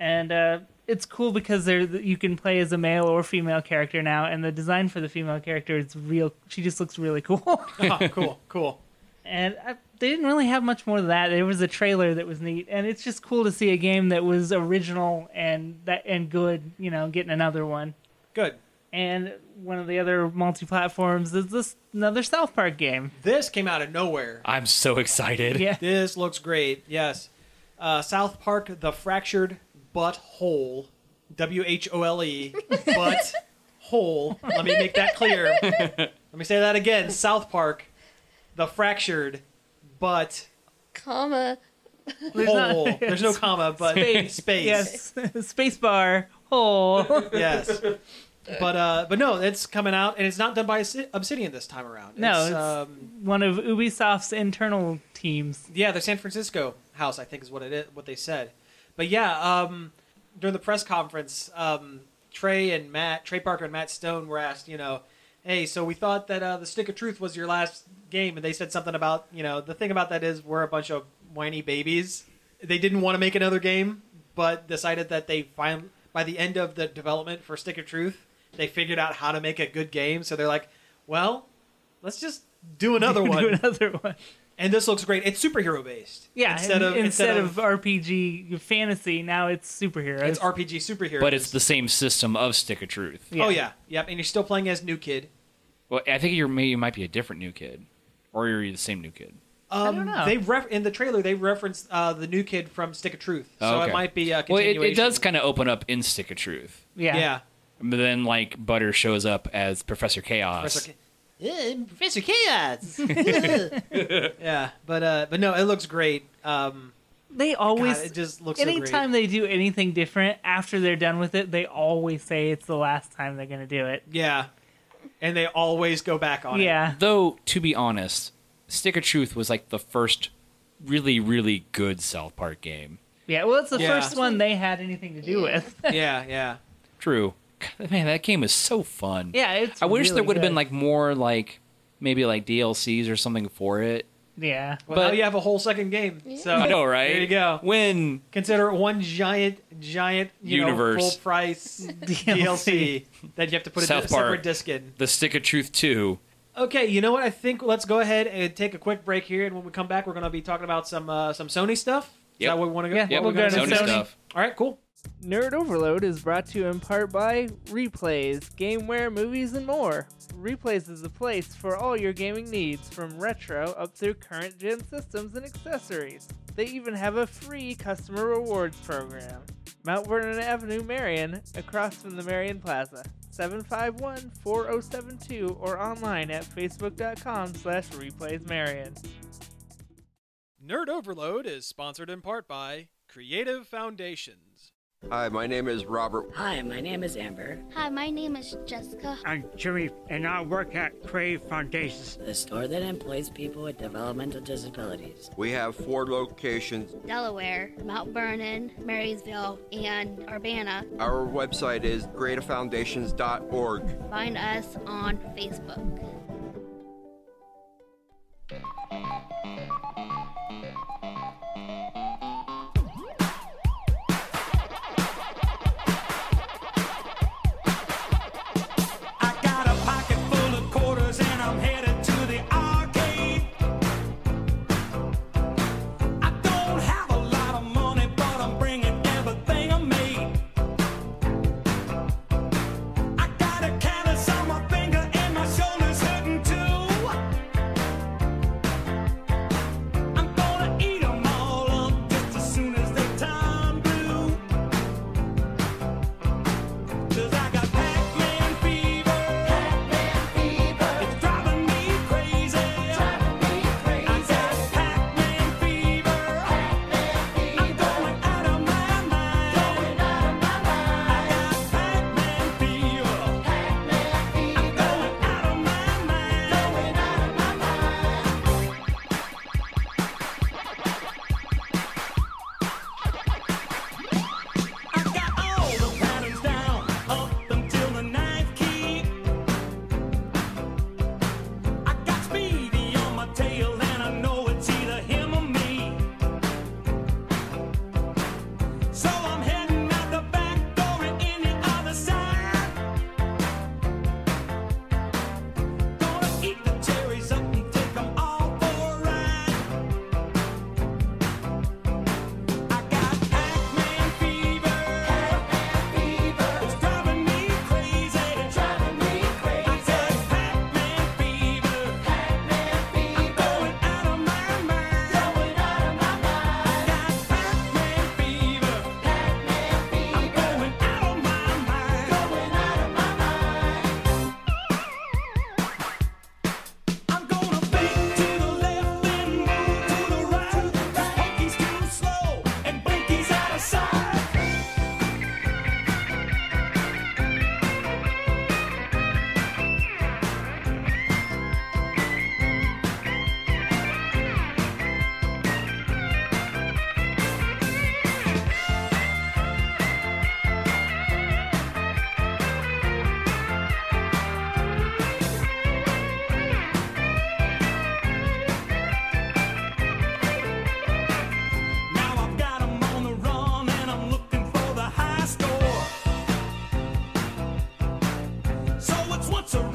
Speaker 3: and uh, it's cool because they're you can play as a male or female character now, and the design for the female character is real. She just looks really cool.
Speaker 2: Ah, cool, cool.
Speaker 3: and I, they didn't really have much more of that. There was a trailer that was neat, and it's just cool to see a game that was original and that and good. You know, getting another one.
Speaker 2: Good.
Speaker 3: And one of the other multi-platforms is this another South Park game.
Speaker 2: This came out of nowhere.
Speaker 4: I'm so excited.
Speaker 3: Yeah.
Speaker 2: This looks great. Yes. Uh, South Park, The Fractured Butthole, W H O L E, but hole. Let me make that clear. Let me say that again. South Park, The Fractured But
Speaker 5: Comma.
Speaker 3: There's not-
Speaker 2: Hole. There's no comma, but
Speaker 3: Space.
Speaker 2: space.
Speaker 3: Yes, space bar. Oh,
Speaker 2: Yes. But uh, but no, it's coming out, and it's not done by Obsid- Obsidian this time around.
Speaker 3: No,
Speaker 2: it's,
Speaker 3: it's-
Speaker 2: um,
Speaker 3: one of Ubisoft's internal teams.
Speaker 2: Yeah, the San Francisco house, I think, is what it is, what they said. But yeah, um, during the press conference, um, Trey and Matt, Trey Parker and Matt Stone were asked, you know, hey, so we thought that uh, the Stick of Truth was your last game, and they said something about, you know, the thing about that is we're a bunch of whiny babies. They didn't want to make another game, but decided that they find by the end of the development for Stick of Truth, they figured out how to make a good game. So they're like, well, let's just do another
Speaker 3: Do
Speaker 2: one
Speaker 3: another one.
Speaker 2: and this looks great. It's superhero based.
Speaker 3: Yeah,
Speaker 2: instead of
Speaker 3: instead of,
Speaker 2: instead of,
Speaker 3: RPG fantasy, now it's superheroes.
Speaker 2: it's RPG superhero.
Speaker 4: But it's the same system of Stick of Truth.
Speaker 2: oh yeah, yep. And you're still playing as New Kid.
Speaker 4: Well, I think you're maybe you might be a different new kid, or you're the same new kid.
Speaker 2: Um,
Speaker 3: don't know.
Speaker 2: They ref- in the trailer they referenced uh, the New Kid from Stick of Truth, so
Speaker 4: Oh, okay.
Speaker 2: it might be a
Speaker 4: Well, it,
Speaker 2: continuation.
Speaker 4: it does kind of open up in Stick of Truth,
Speaker 3: yeah,
Speaker 2: yeah.
Speaker 4: but then like Butter shows up as Professor Chaos.
Speaker 2: Professor, K- Eh, Professor Chaos. yeah, but uh, but no, it looks great. Um,
Speaker 3: They
Speaker 2: God,
Speaker 3: always.
Speaker 2: it just looks so great.
Speaker 3: Anytime they do anything different after they're done with it, they always say it's the last time they're going to do it.
Speaker 2: yeah, and they always go back on it.
Speaker 3: Yeah,
Speaker 4: Though to be honest, Stick of Truth was like the first really really good South Park game.
Speaker 3: yeah. Well, it's the
Speaker 2: Yeah.
Speaker 3: first one they had anything to do with.
Speaker 2: yeah, yeah.
Speaker 4: True. God, man, that game is so fun.
Speaker 3: yeah, it's.
Speaker 4: I wish there
Speaker 3: really
Speaker 4: would have been
Speaker 3: good.
Speaker 4: like more like maybe like DLCs or something for it.
Speaker 3: Yeah,
Speaker 2: Well,
Speaker 4: But-
Speaker 2: now you have a whole second game. So
Speaker 4: I know, right?
Speaker 2: There you go.
Speaker 4: When
Speaker 2: consider it one giant, giant you
Speaker 4: Universe.
Speaker 2: know, full price DLC that you have to put a
Speaker 4: South
Speaker 2: di- separate
Speaker 4: Park.
Speaker 2: disc in.
Speaker 4: the Stick of Truth two,
Speaker 2: Okay, you know what? I think let's go ahead and take a quick break here, and when we come back, we're going to be talking about some uh, some Sony stuff. Is
Speaker 4: Yep.
Speaker 2: that where we want to go?
Speaker 3: Yeah,
Speaker 2: what
Speaker 3: we'll
Speaker 2: we're
Speaker 3: go
Speaker 2: gonna
Speaker 3: to
Speaker 2: do?
Speaker 3: Sony.
Speaker 4: stuff.
Speaker 2: All right, cool.
Speaker 3: Nerd Overload is brought to you in part by Replays, Gameware, Movies, and more. Replays is the place for all your gaming needs, from retro up through current gen systems and accessories. They even have a free customer rewards program. Mount Vernon Avenue, Marion, across from the Marion Plaza. 751 4072 or online at facebook.com slash replaysmarion.
Speaker 2: Nerd Overload is sponsored in part by Creative Foundations.
Speaker 6: Hi, my name is Robert.
Speaker 7: Hi, my name is Amber.
Speaker 8: Hi, my name is Jessica.
Speaker 9: I'm Jimmy, and I work at Crave Foundations.
Speaker 7: The store that employs people with developmental disabilities.
Speaker 6: We have four locations.
Speaker 8: Delaware, Mount Vernon, Marysville, and Urbana.
Speaker 6: Our website is greatafoundations.org.
Speaker 8: Find us on Facebook.
Speaker 9: I got a pocket full of quarters, and I'm headed to the arcade. I don't have a lot of money, but I'm bringing everything I made. I got a callus on my finger, and my shoulders hurt.
Speaker 2: Uh,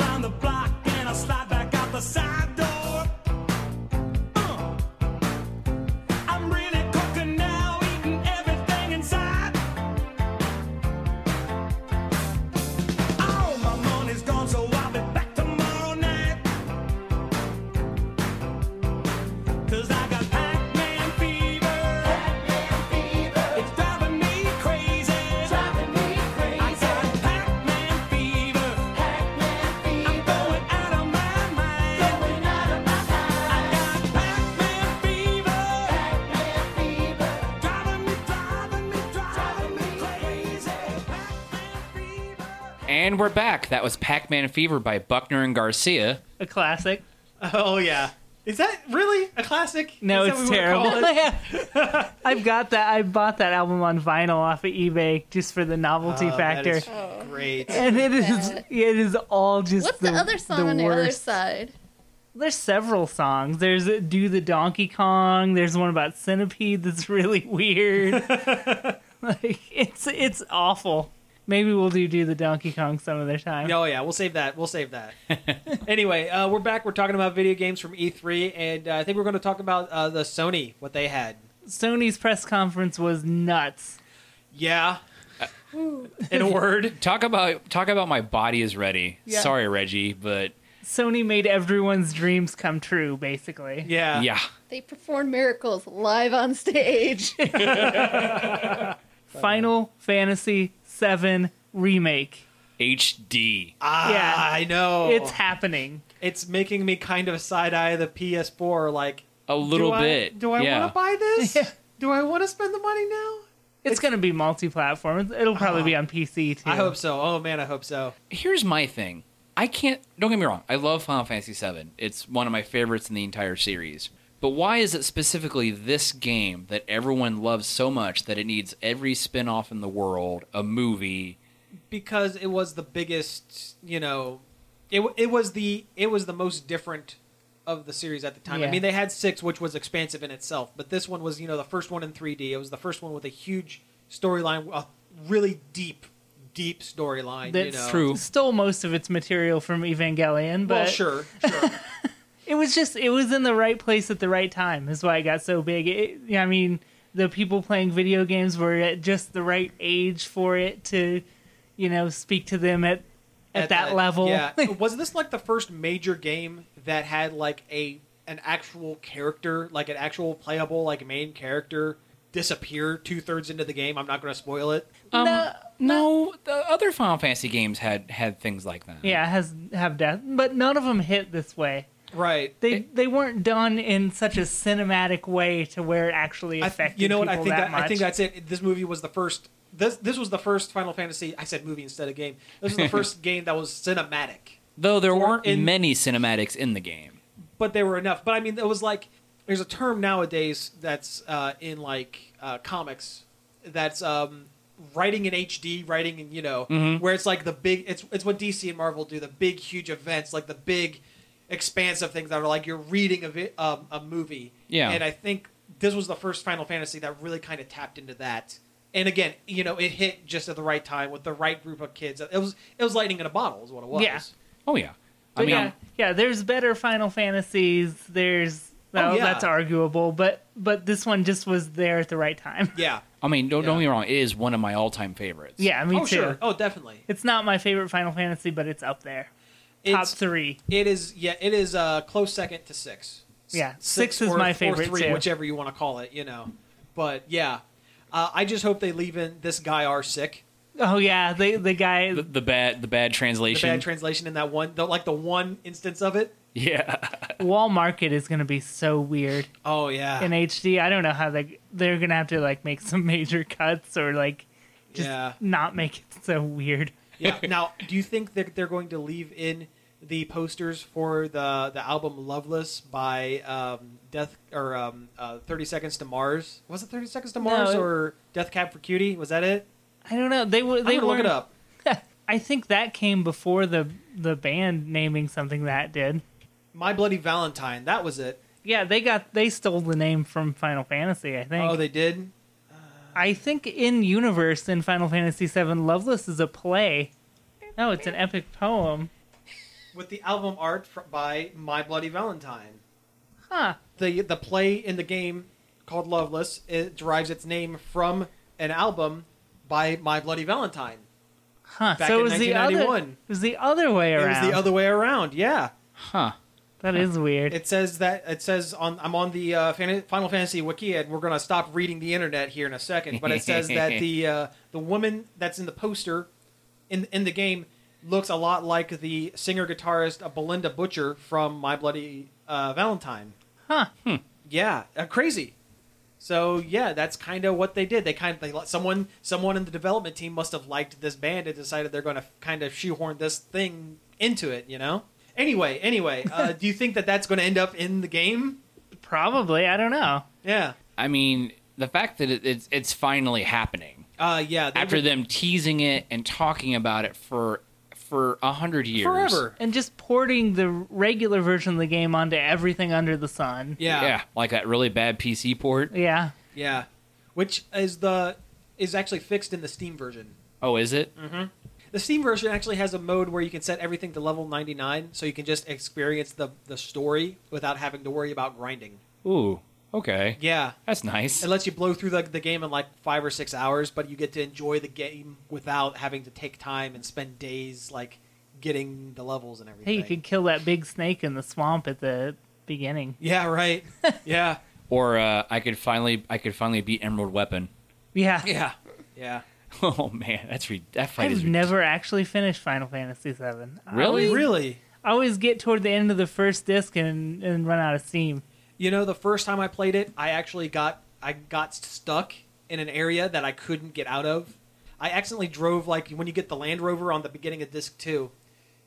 Speaker 4: And we're back. That was Pac Man Fever by Buckner and Garcia.
Speaker 3: A classic.
Speaker 2: Oh yeah. Is that really a classic?
Speaker 3: No,
Speaker 2: Is that
Speaker 3: it's
Speaker 2: what we
Speaker 3: terrible.
Speaker 2: wanna call it?
Speaker 3: Yeah. I've got that. I bought that album on vinyl off of eBay just for the novelty
Speaker 2: Oh, that
Speaker 3: factor.
Speaker 2: is Great.
Speaker 3: and it is it is all just
Speaker 5: What's the, other song on the other
Speaker 3: worst.
Speaker 5: side?
Speaker 3: There's several songs. There's Do the Donkey Kong. There's one about Centipede that's really weird. like it's it's awful. Maybe we'll do Do the Donkey Kong some other time.
Speaker 2: Oh yeah, we'll save that. We'll save that. anyway, uh, we're back. We're talking about video games from E3, and uh, I think we're going to talk about uh, the Sony what they had.
Speaker 3: Sony's press conference was nuts.
Speaker 2: Yeah. In a word,
Speaker 4: Talk about talk about my body is ready.
Speaker 3: Yeah.
Speaker 4: Sorry, Reggie, but
Speaker 3: Sony made everyone's dreams come true, basically.
Speaker 2: yeah.
Speaker 4: yeah.
Speaker 5: They perform miracles live on stage.
Speaker 3: Final Fantasy VII remake.
Speaker 4: HD.
Speaker 2: Ah,
Speaker 3: Yeah.
Speaker 2: I know.
Speaker 3: It's happening.
Speaker 2: it's making me kind of side eye the PS4. Like
Speaker 4: A little
Speaker 2: Uh, do I-
Speaker 4: bit.
Speaker 2: do I
Speaker 4: yeah.
Speaker 2: want to buy this?
Speaker 3: Yeah.
Speaker 2: Do I want to spend the money now?
Speaker 3: It's, going to be multi-platform. It's- It'll probably be on PC too.
Speaker 2: Uh-huh. I hope so. Oh man, I hope so.
Speaker 4: Here's my thing. I can't. Don't get me wrong. I love Final Fantasy VII. It's one of my favorites in the entire series. But why is it specifically this game that everyone loves so much that it needs every spin-off in the world, a movie?
Speaker 2: because it was the biggest you know it, w- it was the it was the most different of the series at the time i
Speaker 3: Yeah.
Speaker 2: mean they had six which was expansive in itself but this one was you know the first one in 3d it was the first one with a huge storyline a really deep deep storyline you
Speaker 3: That's
Speaker 2: know
Speaker 4: True.
Speaker 3: Stole most of its material from Evangelion, but
Speaker 2: well sure sure
Speaker 3: it was just it was in the right place at the right time. Is why it got so big. It, I mean, the people playing video games were at just the right age for it to, you know, speak to them at at, that, level.
Speaker 2: yeah was this like the first major game that had like a an actual character like an actual playable like main character disappear two-thirds into the game i'm not going to spoil it
Speaker 4: Um,
Speaker 3: No,
Speaker 4: no, the other Final Fantasy games had had things like that.
Speaker 3: yeah, it has have death, but none of them hit this way.
Speaker 2: right
Speaker 3: They they weren't done in such a cinematic way to where it actually
Speaker 2: I th-
Speaker 3: affected
Speaker 2: you know what? I
Speaker 3: people
Speaker 2: think
Speaker 3: that
Speaker 2: I think
Speaker 3: much.
Speaker 2: that's it. This movie was the first. This this was the first Final Fantasy. I said movie instead of game. This was the first game that was cinematic,
Speaker 4: Though there
Speaker 2: Or
Speaker 4: weren't
Speaker 2: in-
Speaker 4: many cinematics in the game.
Speaker 2: but they were enough. But I mean, it was like there's a term nowadays that's uh, in like uh, comics that's um, writing in HD, writing in you know
Speaker 3: Mm-hmm.
Speaker 2: where it's like the big. It's it's what DC and Marvel do. The big huge events, like the big expansive things that are like you're reading a vi- um, a movie.
Speaker 4: Yeah.
Speaker 2: and I think this was the first Final Fantasy that really kind of tapped into that. And again, you know, it hit just at the right time with the right group of kids. It was it was lightning in a bottle, is what it was.
Speaker 3: Yeah.
Speaker 4: Oh yeah. I
Speaker 3: But
Speaker 4: mean,
Speaker 3: yeah, yeah, there's better Final Fantasies. There's well,
Speaker 2: Oh, yeah.
Speaker 3: that's arguable, but but this one just was there at the right time.
Speaker 2: Yeah.
Speaker 4: I mean, don't don't
Speaker 2: Yeah.
Speaker 4: get me wrong. It is one of my all time favorites.
Speaker 3: Yeah, me
Speaker 2: oh
Speaker 3: too.
Speaker 2: sure. Oh, definitely.
Speaker 3: It's not my favorite Final Fantasy, but it's up there. Top
Speaker 2: It's-
Speaker 3: three.
Speaker 2: It is yeah, it is uh close second to six. S-
Speaker 3: Yeah, six is
Speaker 2: or-
Speaker 3: my
Speaker 2: or
Speaker 3: favorite,
Speaker 2: three,
Speaker 3: too.
Speaker 2: whichever you want to call it, you know. But yeah, uh, I just hope they leave in this guy are sick.
Speaker 3: Oh yeah, the the guy.
Speaker 4: The, the bad the bad
Speaker 2: The
Speaker 4: translation.
Speaker 2: bad translation in that one, the, like the one instance of it.
Speaker 4: yeah.
Speaker 3: Wall Market is gonna be so weird
Speaker 2: Oh yeah,
Speaker 3: in HD. I don't know how they they're gonna have to like make some major cuts or like just
Speaker 2: Yeah.
Speaker 3: not make it so weird.
Speaker 2: yeah. Now, do you think that they're going to leave in the posters for the the album "Loveless" by um, Death or um, uh, Thirty Seconds to Mars? Was it Thirty Seconds to Mars
Speaker 3: it-
Speaker 2: or Death Cab for Cutie? Was that it?
Speaker 3: I don't know. They were
Speaker 2: I'm
Speaker 3: they
Speaker 2: gonna
Speaker 3: were
Speaker 2: look it up.
Speaker 3: I think that came before the the band naming something that did.
Speaker 2: My Bloody Valentine. That was it.
Speaker 3: Yeah, they got they stole the name from Final Fantasy. I think.
Speaker 2: Oh, they did.
Speaker 3: I think in universe in Final Fantasy VII, Loveless is a play. No, it's an epic poem.
Speaker 2: with the album art fr- by My Bloody Valentine.
Speaker 3: Huh.
Speaker 2: The the play in the game called Loveless it derives its name from an album by My Bloody Valentine.
Speaker 3: Huh.
Speaker 2: Back
Speaker 3: so
Speaker 2: in
Speaker 3: it was the other.
Speaker 2: 1991.
Speaker 3: It was the other way
Speaker 2: It
Speaker 3: around.
Speaker 2: was the other way around. Yeah,
Speaker 4: Huh.
Speaker 3: That is weird.
Speaker 2: it says that it says on I'm on the uh, Fan- Final Fantasy wiki, and we're gonna stop reading the internet here in a second. But it says that the uh, the woman that's in the poster in in the game looks a lot like the singer guitarist uh, Belinda
Speaker 4: Hmm.
Speaker 2: Butcher from My Bloody uh, Valentine.
Speaker 3: Huh.
Speaker 2: Yeah, uh, crazy. So yeah, that's kind of what they did. They kind of they, let- someone someone in the development team must have liked this band and decided they're going to kind of shoehorn this thing into it. You know. Anyway, anyway, uh, do you think that that's going to end up in the game?
Speaker 3: Probably. I don't know.
Speaker 2: Yeah.
Speaker 4: I mean, the fact that it, it's it's finally happening
Speaker 2: Uh, yeah. they
Speaker 4: after
Speaker 2: would-
Speaker 4: them teasing it and talking about it for for a hundred years,
Speaker 2: forever.
Speaker 3: And just porting the regular version of the game onto everything under the sun.
Speaker 2: Yeah. Yeah.
Speaker 4: like that really bad PC port.
Speaker 3: Yeah.
Speaker 2: Yeah. Which is the is actually fixed in the Steam version.
Speaker 4: Oh, is it?
Speaker 2: The Steam version actually has a mode where you can set everything to level 99, so you can just experience the the story without having to worry about grinding.
Speaker 4: Ooh, okay,
Speaker 2: Mm. Yeah.
Speaker 4: that's nice.
Speaker 2: It lets you blow through the, the game in like five or six hours, but you get to enjoy the game without having to take time and spend days like getting the levels and
Speaker 3: Hey,
Speaker 2: everything.
Speaker 3: you could kill that big snake in the swamp at the beginning.
Speaker 2: Yeah, right. yeah,
Speaker 4: Or uh, I could finally I could finally beat Emerald Weapon.
Speaker 3: Yeah.
Speaker 2: yeah, yeah.
Speaker 4: Oh man, that's re- that fight is
Speaker 3: I've
Speaker 4: re-
Speaker 3: never actually finished Final Fantasy VII. I
Speaker 4: Really?
Speaker 3: always-
Speaker 2: Really?
Speaker 3: I always get toward the end of the first disc and, and run out of steam.
Speaker 2: You know, the first time I played it, I actually got I got stuck in an area that I couldn't get out of. I accidentally drove like when you get the Land Rover on the beginning of disc two,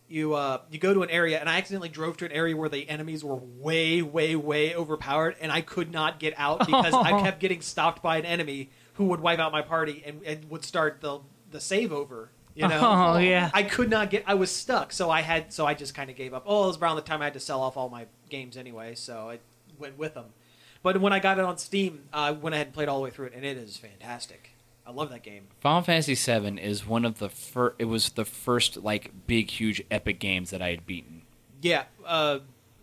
Speaker 2: you uh, you go to an area, and I accidentally drove to an area where the enemies were way, way, way overpowered, and I could not get out because I kept getting stopped by an enemy who would wipe out my party and, and would start the the save over. You know,
Speaker 3: Oh, yeah.
Speaker 2: I could not get. I was stuck, so I had. So I just kind of gave up. Oh, it was around the time I had to sell off all my games anyway, so I went with them. But when I got it on Steam, uh, I went ahead and played all the way through it, and it is fantastic. I love that game.
Speaker 4: Final Fantasy VII is one of the first. It was the first like big, huge, epic games that I had beaten.
Speaker 2: Yeah, uh,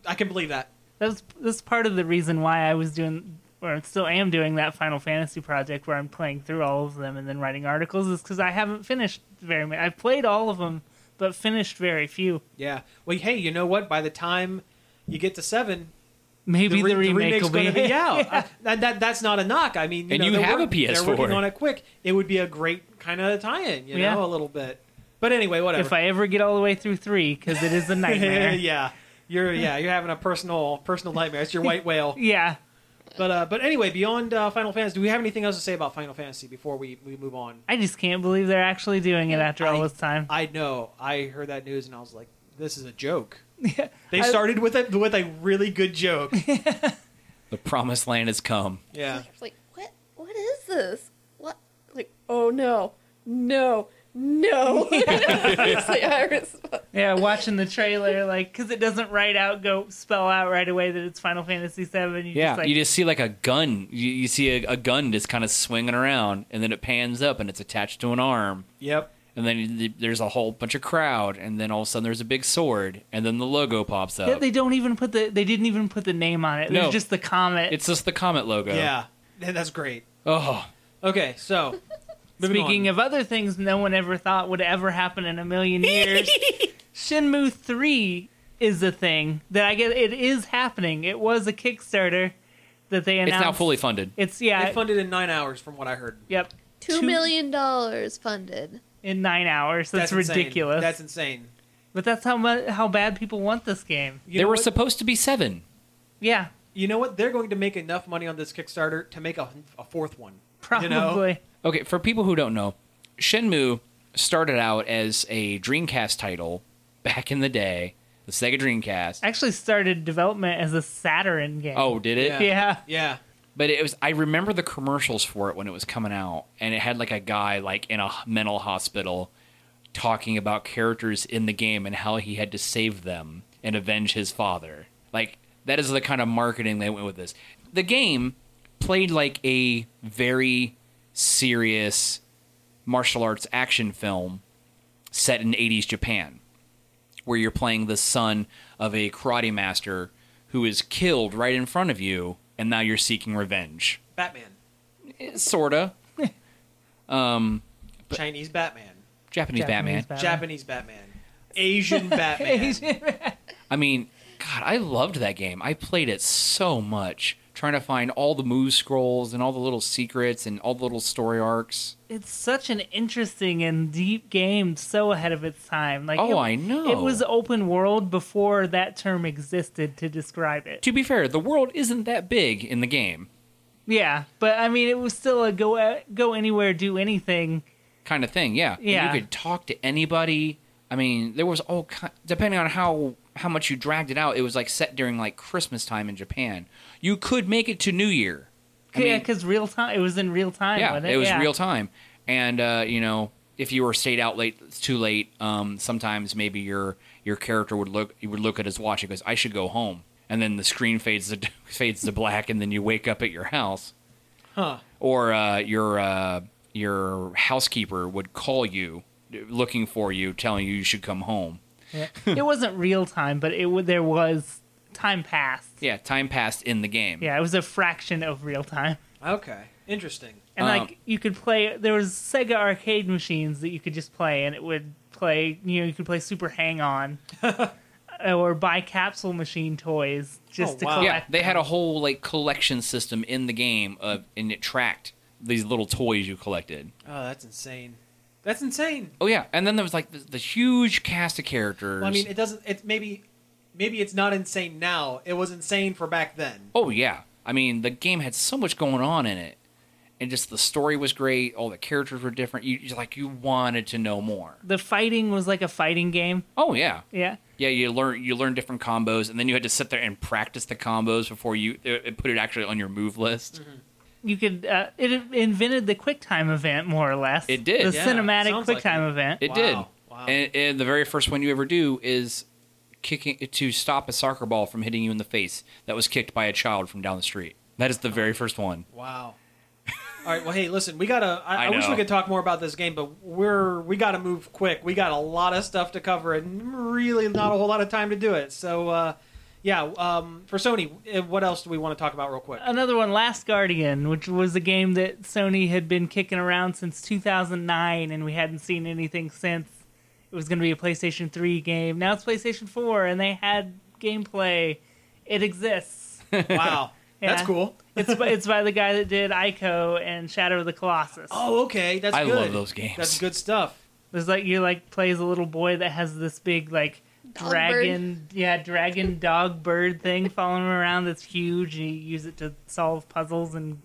Speaker 2: I can believe that.
Speaker 3: That's that's part of the reason why I was doing or I still am doing that Final Fantasy project where I'm playing through all of them and then writing articles is because I haven't finished very many. I've played all of them, but finished very few.
Speaker 2: Yeah. Well, hey, you know what? By the time you get to seven,
Speaker 3: Maybe the,
Speaker 2: re-
Speaker 3: remake will
Speaker 2: gonna
Speaker 3: be,
Speaker 2: out. I- that, that- that's not a knock. I mean, you
Speaker 4: And
Speaker 2: know,
Speaker 4: you
Speaker 2: they're
Speaker 4: have a
Speaker 2: work-
Speaker 4: PS4.
Speaker 2: They're working on it quick. It would be a great kind of tie-in, you
Speaker 3: Yeah.
Speaker 2: know, a little bit. But anyway, whatever.
Speaker 3: if I ever get all the way through three because it is a nightmare.
Speaker 2: yeah. You're yeah, you're having a personal personal nightmare. It's your white whale.
Speaker 3: yeah.
Speaker 2: But uh, but anyway, beyond uh, Final Fantasy, do we have anything else to say about Final Fantasy before we, we move on?
Speaker 3: I just can't believe they're actually doing it after all
Speaker 2: I-
Speaker 3: this time.
Speaker 2: I know I heard that news and I was like, this is a joke.
Speaker 3: Yeah.
Speaker 2: They
Speaker 3: I-
Speaker 2: started with a with a really good joke.
Speaker 4: The promised land has come.
Speaker 2: Yeah.
Speaker 5: It's like, what? What is this? What? Like, oh no, no, no. it's the iris.
Speaker 3: Yeah, watching the trailer, like, because it doesn't write out, go spell out right away that it's Final Fantasy VII. You
Speaker 4: Yeah,
Speaker 3: just, like,
Speaker 4: you just see like a gun. You, you see a, a gun just kind of swinging around, and then it pans up, and it's attached to an arm.
Speaker 2: Yep.
Speaker 4: And then th- there's a whole bunch of crowd, and then all of a sudden there's a big sword, and then the logo pops
Speaker 3: Yeah,
Speaker 4: up.
Speaker 3: they don't even put the. They didn't even put the name on it.
Speaker 4: No.
Speaker 3: There's just the comet.
Speaker 4: it's just the comet logo.
Speaker 2: Yeah. And that's great.
Speaker 4: Oh,
Speaker 2: Okay, so moving
Speaker 3: Speaking
Speaker 2: on.
Speaker 3: of other things, no one ever thought would ever happen in a million years. Shinmu Three is a thing that I get. It is happening. It was a Kickstarter that they
Speaker 4: it's
Speaker 3: announced.
Speaker 4: now fully funded.
Speaker 3: It's yeah.
Speaker 2: they funded in nine hours from what I heard.
Speaker 3: yep.
Speaker 5: Two million dollars funded.
Speaker 3: in nine hours. That's,
Speaker 2: insane.
Speaker 3: ridiculous.
Speaker 2: That's insane.
Speaker 3: but that's how mu- how bad people want this game.
Speaker 2: You
Speaker 4: there
Speaker 2: know
Speaker 4: were
Speaker 2: what?
Speaker 4: supposed to be seven.
Speaker 3: Yeah,
Speaker 2: you know what? They're going to make enough money on this Kickstarter to make a, a fourth one.
Speaker 3: probably.
Speaker 2: You know?
Speaker 4: Okay, for people who don't know, Shenmue started out as a Dreamcast title back in the day, the Sega Dreamcast.
Speaker 3: Actually, started development as a Saturn game.
Speaker 4: Oh, did it?
Speaker 2: Yeah.
Speaker 3: yeah.
Speaker 2: Yeah.
Speaker 4: But it was I remember the commercials for it when it was coming out and it had like a guy like in a mental hospital talking about characters in the game and how he had to save them and avenge his father. Like that is the kind of marketing they went with this. The game played like a very serious martial arts action film set in 80s Japan, where you're playing the son of a karate master who is killed right in front of you, and now you're seeking revenge. Eh,
Speaker 2: Batman.
Speaker 4: Sorta.
Speaker 2: Chinese Batman.
Speaker 4: Japanese, Batman.
Speaker 2: Japanese Batman. Asian Batman.
Speaker 4: I mean, God, I loved that game. I played it so much, trying to find all the move scrolls and all the little secrets and all the little story arcs.
Speaker 3: It's such an interesting and deep game, so ahead of its time. Like,
Speaker 4: Oh,
Speaker 3: it-
Speaker 4: I know.
Speaker 3: It was open world before that term existed to describe it.
Speaker 4: To be fair, the world isn't that big in the game.
Speaker 3: Yeah, but I mean, it was still a go uh, go anywhere, do anything.
Speaker 4: kind of thing. Yeah, And
Speaker 3: Yeah.
Speaker 4: You could talk to anybody. I mean, there was all ki- depending on how how much you dragged it out. It was like set during like Christmas time in Japan. You could make it to New Year. I
Speaker 3: yeah,
Speaker 4: mean-
Speaker 3: because real time, it was in real time.
Speaker 4: Yeah,
Speaker 3: wasn't
Speaker 4: it was real time. And uh, you know, if you were stayed out late, too late. Um, sometimes maybe your your character would look you would look at his watch and goes, "I should go home." And then the screen fades to, fades to black, and then you wake up at your house.
Speaker 2: Huh.
Speaker 4: Or uh, your uh, your housekeeper would call you, looking for you, telling you you should come home.
Speaker 3: it wasn't real time, but it w- there was time passed.
Speaker 4: Yeah, time passed in the game.
Speaker 3: Yeah, it was a fraction of real time.
Speaker 2: Okay. Interesting.
Speaker 3: And
Speaker 4: Um,
Speaker 3: like you could play, there was Sega arcade machines that you could just play, and it would play. You know, you could play Super Hang On, or buy capsule machine toys just
Speaker 2: Oh,
Speaker 3: to
Speaker 2: wow.
Speaker 3: collect.
Speaker 4: Yeah, they had a whole like collection system in the game of, and it tracked these little toys you collected.
Speaker 2: Oh, that's insane. That's insane.
Speaker 4: Oh yeah, and then there was like the, the huge cast of characters.
Speaker 2: Well, I mean, it doesn't. It's maybe, maybe it's not insane now. It was insane for back then.
Speaker 4: oh yeah, I mean the game had so much going on in it, and just the story was great. All the characters were different. You you- like you wanted to know more.
Speaker 3: the fighting was like a fighting game.
Speaker 4: Oh yeah,
Speaker 3: Yeah.
Speaker 4: yeah. You learn you learn different combos, and then you had to sit there and practice the combos before you uh, it, it put it actually on your move list.
Speaker 2: Mm-hmm.
Speaker 3: you could uh, it invented the quicktime event more or less
Speaker 4: It did,
Speaker 3: the
Speaker 4: yeah.
Speaker 3: cinematic
Speaker 2: Sounds like
Speaker 3: quicktime
Speaker 2: it.
Speaker 3: event
Speaker 4: It
Speaker 2: Wow,
Speaker 4: did.
Speaker 2: wow.
Speaker 4: And, and the very first one you ever do is kicking to stop a soccer ball from hitting you in the face that was kicked by a child from down the street. That is the very first one.
Speaker 2: Wow. All right. Well, hey, listen. We gotta. I, I,
Speaker 4: I
Speaker 2: wish we
Speaker 4: know.
Speaker 2: could talk more about this game, but we're we gotta move quick. We got a lot of stuff to cover, and really not a whole lot of time to do it. So, uh, yeah. Um, for Sony, eh, what else do we want to talk about real quick?
Speaker 3: another one last guardian which was a game that sony had been kicking around since 2009 and we hadn't seen anything since it was going to be a playstation 3 game now it's playstation 4 and they had gameplay it exists
Speaker 2: Wow, that's
Speaker 3: Yeah.
Speaker 2: cool.
Speaker 3: it's, by, it's by the guy that did ico and shadow of the colossus
Speaker 2: Oh, okay. That's
Speaker 4: I
Speaker 2: good.
Speaker 4: love those games.
Speaker 2: That's good stuff.
Speaker 3: There's like you like play as a little boy that has this big like
Speaker 5: Dog
Speaker 3: dragon, yeah, dragon dog bird thing following him around that's huge, and you use it to solve puzzles and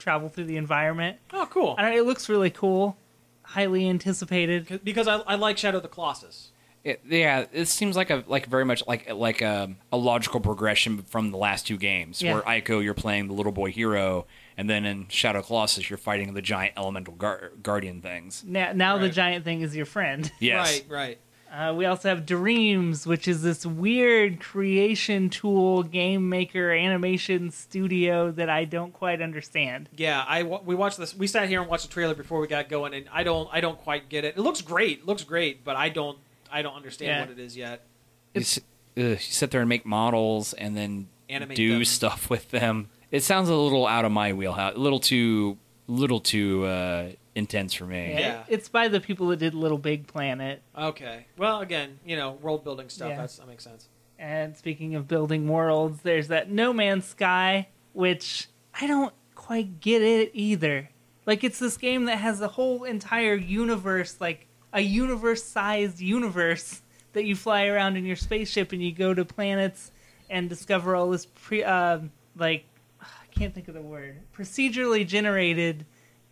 Speaker 3: travel through the environment.
Speaker 2: Oh, cool.
Speaker 3: I don't. It looks really cool. Highly anticipated.
Speaker 2: Because I, I like Shadow of the Colossus.
Speaker 4: It, yeah, it seems like a like very much like like a, a logical progression from the last two games,
Speaker 3: Yeah.
Speaker 4: where Ico you're playing the little boy hero, and then in Shadow Colossus you're fighting the giant elemental gar- guardian things.
Speaker 3: Now, now the
Speaker 2: Right.
Speaker 3: giant thing is your friend.
Speaker 4: Yes,
Speaker 2: Right. Right.
Speaker 3: Uh, we also have Dreams, which is this weird creation tool, game maker, animation studio that I don't quite understand.
Speaker 2: Yeah, I wa- we watched this. We sat here and watched the trailer before we got going, and I don't I don't quite get it. It looks great, looks great, but I don't I don't understand
Speaker 3: Yeah.
Speaker 2: what it is yet.
Speaker 4: you, s- ugh, you sit there and make models and then
Speaker 2: Animate
Speaker 4: do
Speaker 2: them.
Speaker 4: stuff with them. It sounds a little out of my wheelhouse, a little too little too uh, intense for me.
Speaker 2: Yeah.
Speaker 3: It's by the people that did Little Big Planet.
Speaker 2: Okay, well, again, you know, world building stuff.
Speaker 3: Yeah.
Speaker 2: That's, that makes sense.
Speaker 3: And speaking of building worlds, there's that No Man's Sky, which I don't quite get it either. Like, it's this game that has a whole entire universe, like a universe sized universe that you fly around in your spaceship and you go to planets and discover all this pre, um like, I can't think of the word, procedurally generated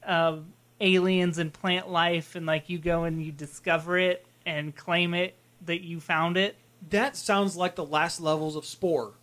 Speaker 3: um aliens and plant life. And, like, you go and you discover it and claim it that you found it.
Speaker 2: That sounds like the last levels of Spore.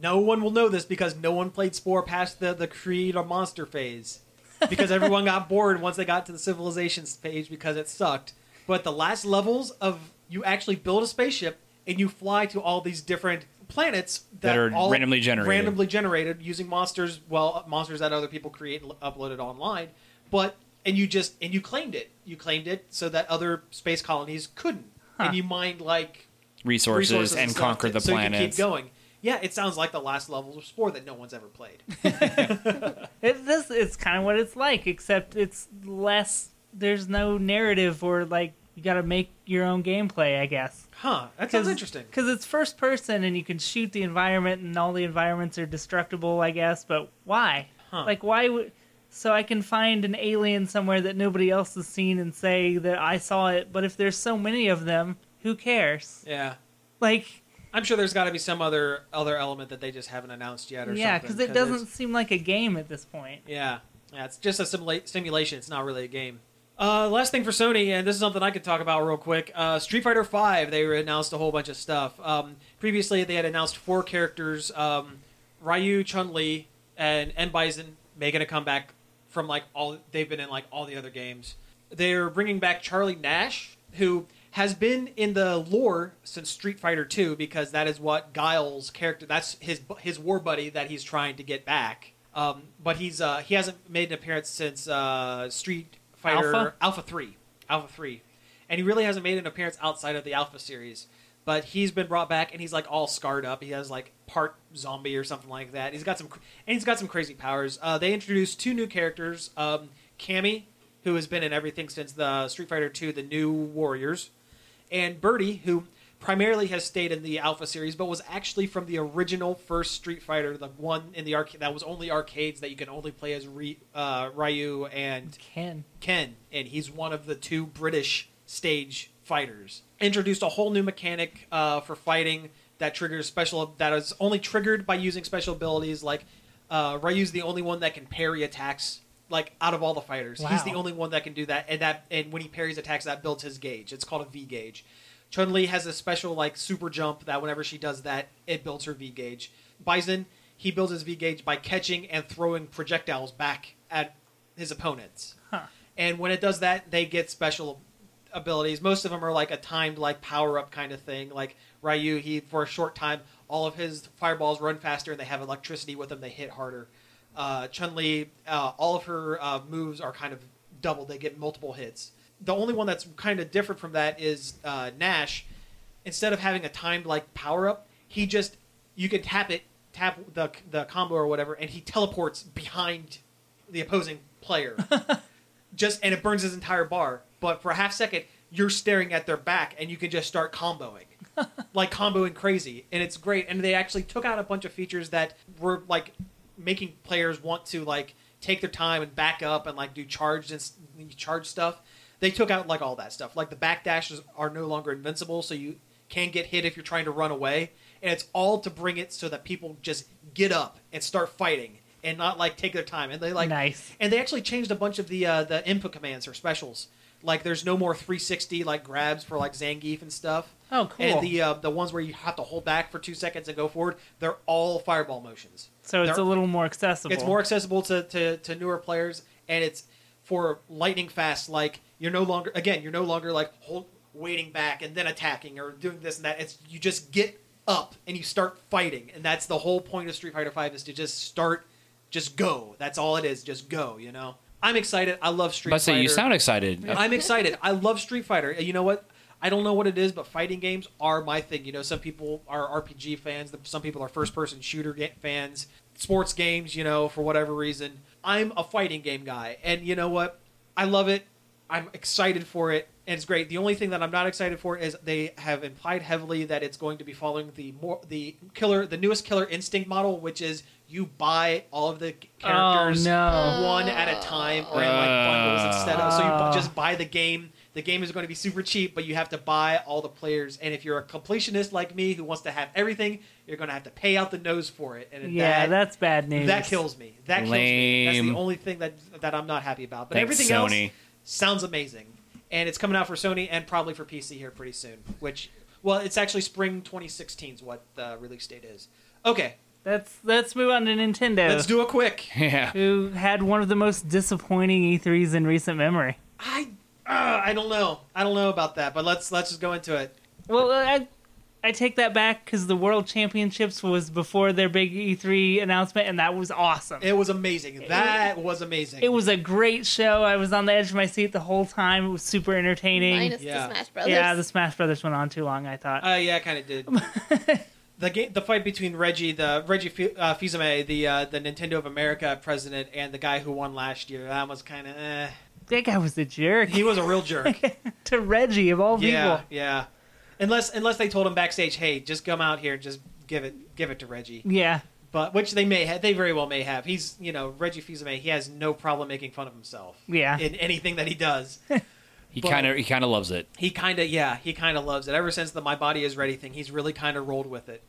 Speaker 2: No one will know this because no one played Spore past the the Creed or Monster phase, because everyone got bored once they got to the Civilizations page because it sucked. But the last levels of you actually build a spaceship and you fly to all these different planets
Speaker 4: That are
Speaker 2: all-
Speaker 4: randomly generated.
Speaker 2: randomly generated using monsters, well, monsters that other people create and uploaded online. But and you just and you claimed it. You claimed it so that other space colonies couldn't. And you mined like
Speaker 4: Resources, and
Speaker 2: stuff
Speaker 4: conquer
Speaker 2: to-
Speaker 4: the
Speaker 2: so You can
Speaker 4: planets.
Speaker 2: keep going. Yeah, it sounds like the last levels of Spore that no one's ever played.
Speaker 3: It, this it's kind of what it's like, except it's less. There's no narrative or like you got to make your own gameplay, I guess.
Speaker 2: Huh? That sounds interesting.
Speaker 3: Because it's first person and you can shoot the environment, and all the environments are destructible, I guess. But why? Like why would? So I can find an alien somewhere that nobody else has seen and say that I saw it. But if there's so many of them, who cares?
Speaker 2: Yeah.
Speaker 3: Like
Speaker 2: I'm sure there's got to be some other other element that they just haven't announced yet or
Speaker 3: yeah,
Speaker 2: something.
Speaker 3: because it doesn't
Speaker 2: it's-
Speaker 3: seem like a game at this point.
Speaker 2: Yeah, yeah, it's just a simula- simulation. It's not really a game. Uh, last thing for Sony, and this is something I could talk about real quick. Uh, Street Fighter V, they announced a whole bunch of stuff. Um, previously, they had announced four characters: um, Ryu, Chun Li, and M Bison making a comeback from like all they've been in like all the other games. They're bringing back Charlie Nash, who has been in the lore since Street Fighter II because that is what Guile's character that's his his war buddy that he's trying to get back. Um, but he's uh, he hasn't made an appearance since uh, Street Fighter
Speaker 3: Alpha?
Speaker 2: Three, Alpha Three, and he really hasn't made an appearance outside of the Alpha series. But he's been brought back, and he's like all scarred up. He has like part zombie or something like that. He's got some, cr- and he's got some crazy powers. Uh, they introduced two new characters, um, Cammy, who has been in everything since the Street Fighter Two, the New Warriors, and Birdie, who primarily has stayed in the Alpha series, but was actually from the original first Street Fighter, the one in the arcade that was only arcades that you can only play as Ri uh, Ryu and
Speaker 3: Ken.
Speaker 2: Ken, and he's one of the two British stage fighters. Introduced a whole new mechanic uh, for fighting that triggers special that is only triggered by using special abilities. Like uh, Ryu's the only one that can parry attacks. Like out of all the fighters, he's the
Speaker 3: Wow.
Speaker 2: only one that can do that. And that and when he parries attacks, that builds his gauge. It's called a V gauge. Chun Li has a special like super jump that whenever she does that, it builds her V gauge. Bison he builds his V gauge by catching and throwing projectiles back at his opponents. And when it does that, they get special abilities. Most of them are like a timed like power up kind of thing. Like Ryu, he for a short time, all of his fireballs run faster, and they have electricity with them. They hit harder. Uh, Chun Li, uh, all of her uh, moves are kind of doubled. They get multiple hits. The only one that's kind of different from that is uh, Nash. Instead of having a timed like power up, he just you can tap it, tap the the combo or whatever, and he teleports behind the opposing player. just and it burns his entire bar. But for a half second, you're staring at their back, and you can just start comboing, like comboing crazy, and it's great. And they actually took out a bunch of features that were like making players want to like take their time and back up and like do charged and s- charge stuff. They took out like all that stuff. Like the back dashes are no longer invincible, so you can get hit if you're trying to run away. And it's all to bring it so that people just get up and start fighting and not like take their time. And they like
Speaker 3: Nice.
Speaker 2: and they actually changed a bunch of the uh, the input commands or specials. Like there's no more 360 like grabs for like Zangief and stuff.
Speaker 3: Oh, cool.
Speaker 2: And the uh, the ones where you have to hold back for two seconds and go forward, they're all fireball motions.
Speaker 3: So it's
Speaker 2: They're-
Speaker 3: a little more accessible.
Speaker 2: it's more accessible to, to, to newer players, and it's for lightning fast. Like you're no longer again, you're no longer like hold waiting back and then attacking or doing this and that. It's you just get up and you start fighting, and that's the whole point of Street Fighter Five is to just start, just go. That's all it is, just go. You know, I'm excited. I love Street
Speaker 4: But
Speaker 2: Fighter.
Speaker 4: say you sound excited. Uh,
Speaker 2: I'm excited. I love Street Fighter. You know what? I don't know what it is, but fighting games are my thing. You know, some people are RPG fans. Some people are first-person shooter ga- fans. Sports games, you know, for whatever reason. I'm a fighting game guy, and you know what? I love it. I'm excited for it, and it's great. The only thing that I'm not excited for is they have implied heavily that it's going to be following the more the killer, the newest Killer Instinct model, which is you buy all of the characters
Speaker 3: Oh, no.
Speaker 2: one at a time or in like bundles instead of. So you bu- just buy the game. The game is going to be super cheap, but you have to buy all the players. And if you're a completionist like me who wants to have everything, you're going to have to pay out the nose for it. And
Speaker 3: yeah,
Speaker 2: that,
Speaker 3: that's bad news.
Speaker 2: that kills me. That kills me. That's the
Speaker 4: Lame.
Speaker 2: only thing that that I'm not happy about. But
Speaker 4: Thanks,
Speaker 2: everything
Speaker 4: Sony.
Speaker 2: else sounds amazing, and it's coming out for Sony and probably for PC here pretty soon. Which, well, it's actually spring 2016 is what the release date is. Okay,
Speaker 3: Let's let's move on to Nintendo,
Speaker 2: let's do it quick.
Speaker 4: yeah.
Speaker 3: who had one of the most disappointing E3s in recent memory.
Speaker 2: I uh, I don't know. I don't know about that, but let's let's just go into it.
Speaker 3: Well, uh, I I take that back because the World Championships was before their big E3 announcement, and that was awesome.
Speaker 2: It was amazing. That was amazing.
Speaker 3: It was a great show. I was on the edge of my seat the whole time. It was super entertaining.
Speaker 5: Minus
Speaker 2: Yeah.
Speaker 5: the Smash Brothers.
Speaker 3: yeah, the Smash Brothers went on too long. I thought.
Speaker 2: Uh, yeah, I kind of did. the game, the fight between Reggie, the Reggie Fils- uh, Fils-Aimé, the uh, the Nintendo of America president, and the guy who won last year. That was kind of. Eh.
Speaker 3: that guy was a jerk
Speaker 2: He was a real jerk.
Speaker 3: to Reggie of all
Speaker 2: yeah,
Speaker 3: people.
Speaker 2: yeah. Unless unless they told him backstage, hey, just come out here, and just give it give it to Reggie.
Speaker 3: Yeah.
Speaker 2: But which they may have, they very well may have. He's you know Reggie Fils-Aimé. He has no problem making fun of himself.
Speaker 3: Yeah.
Speaker 2: in anything that he does.
Speaker 4: He
Speaker 2: But-
Speaker 4: kind of he kind of loves it.
Speaker 2: He kind of, yeah, he kind of loves it. Ever since the My Body Is Ready thing, he's really kind of rolled with it.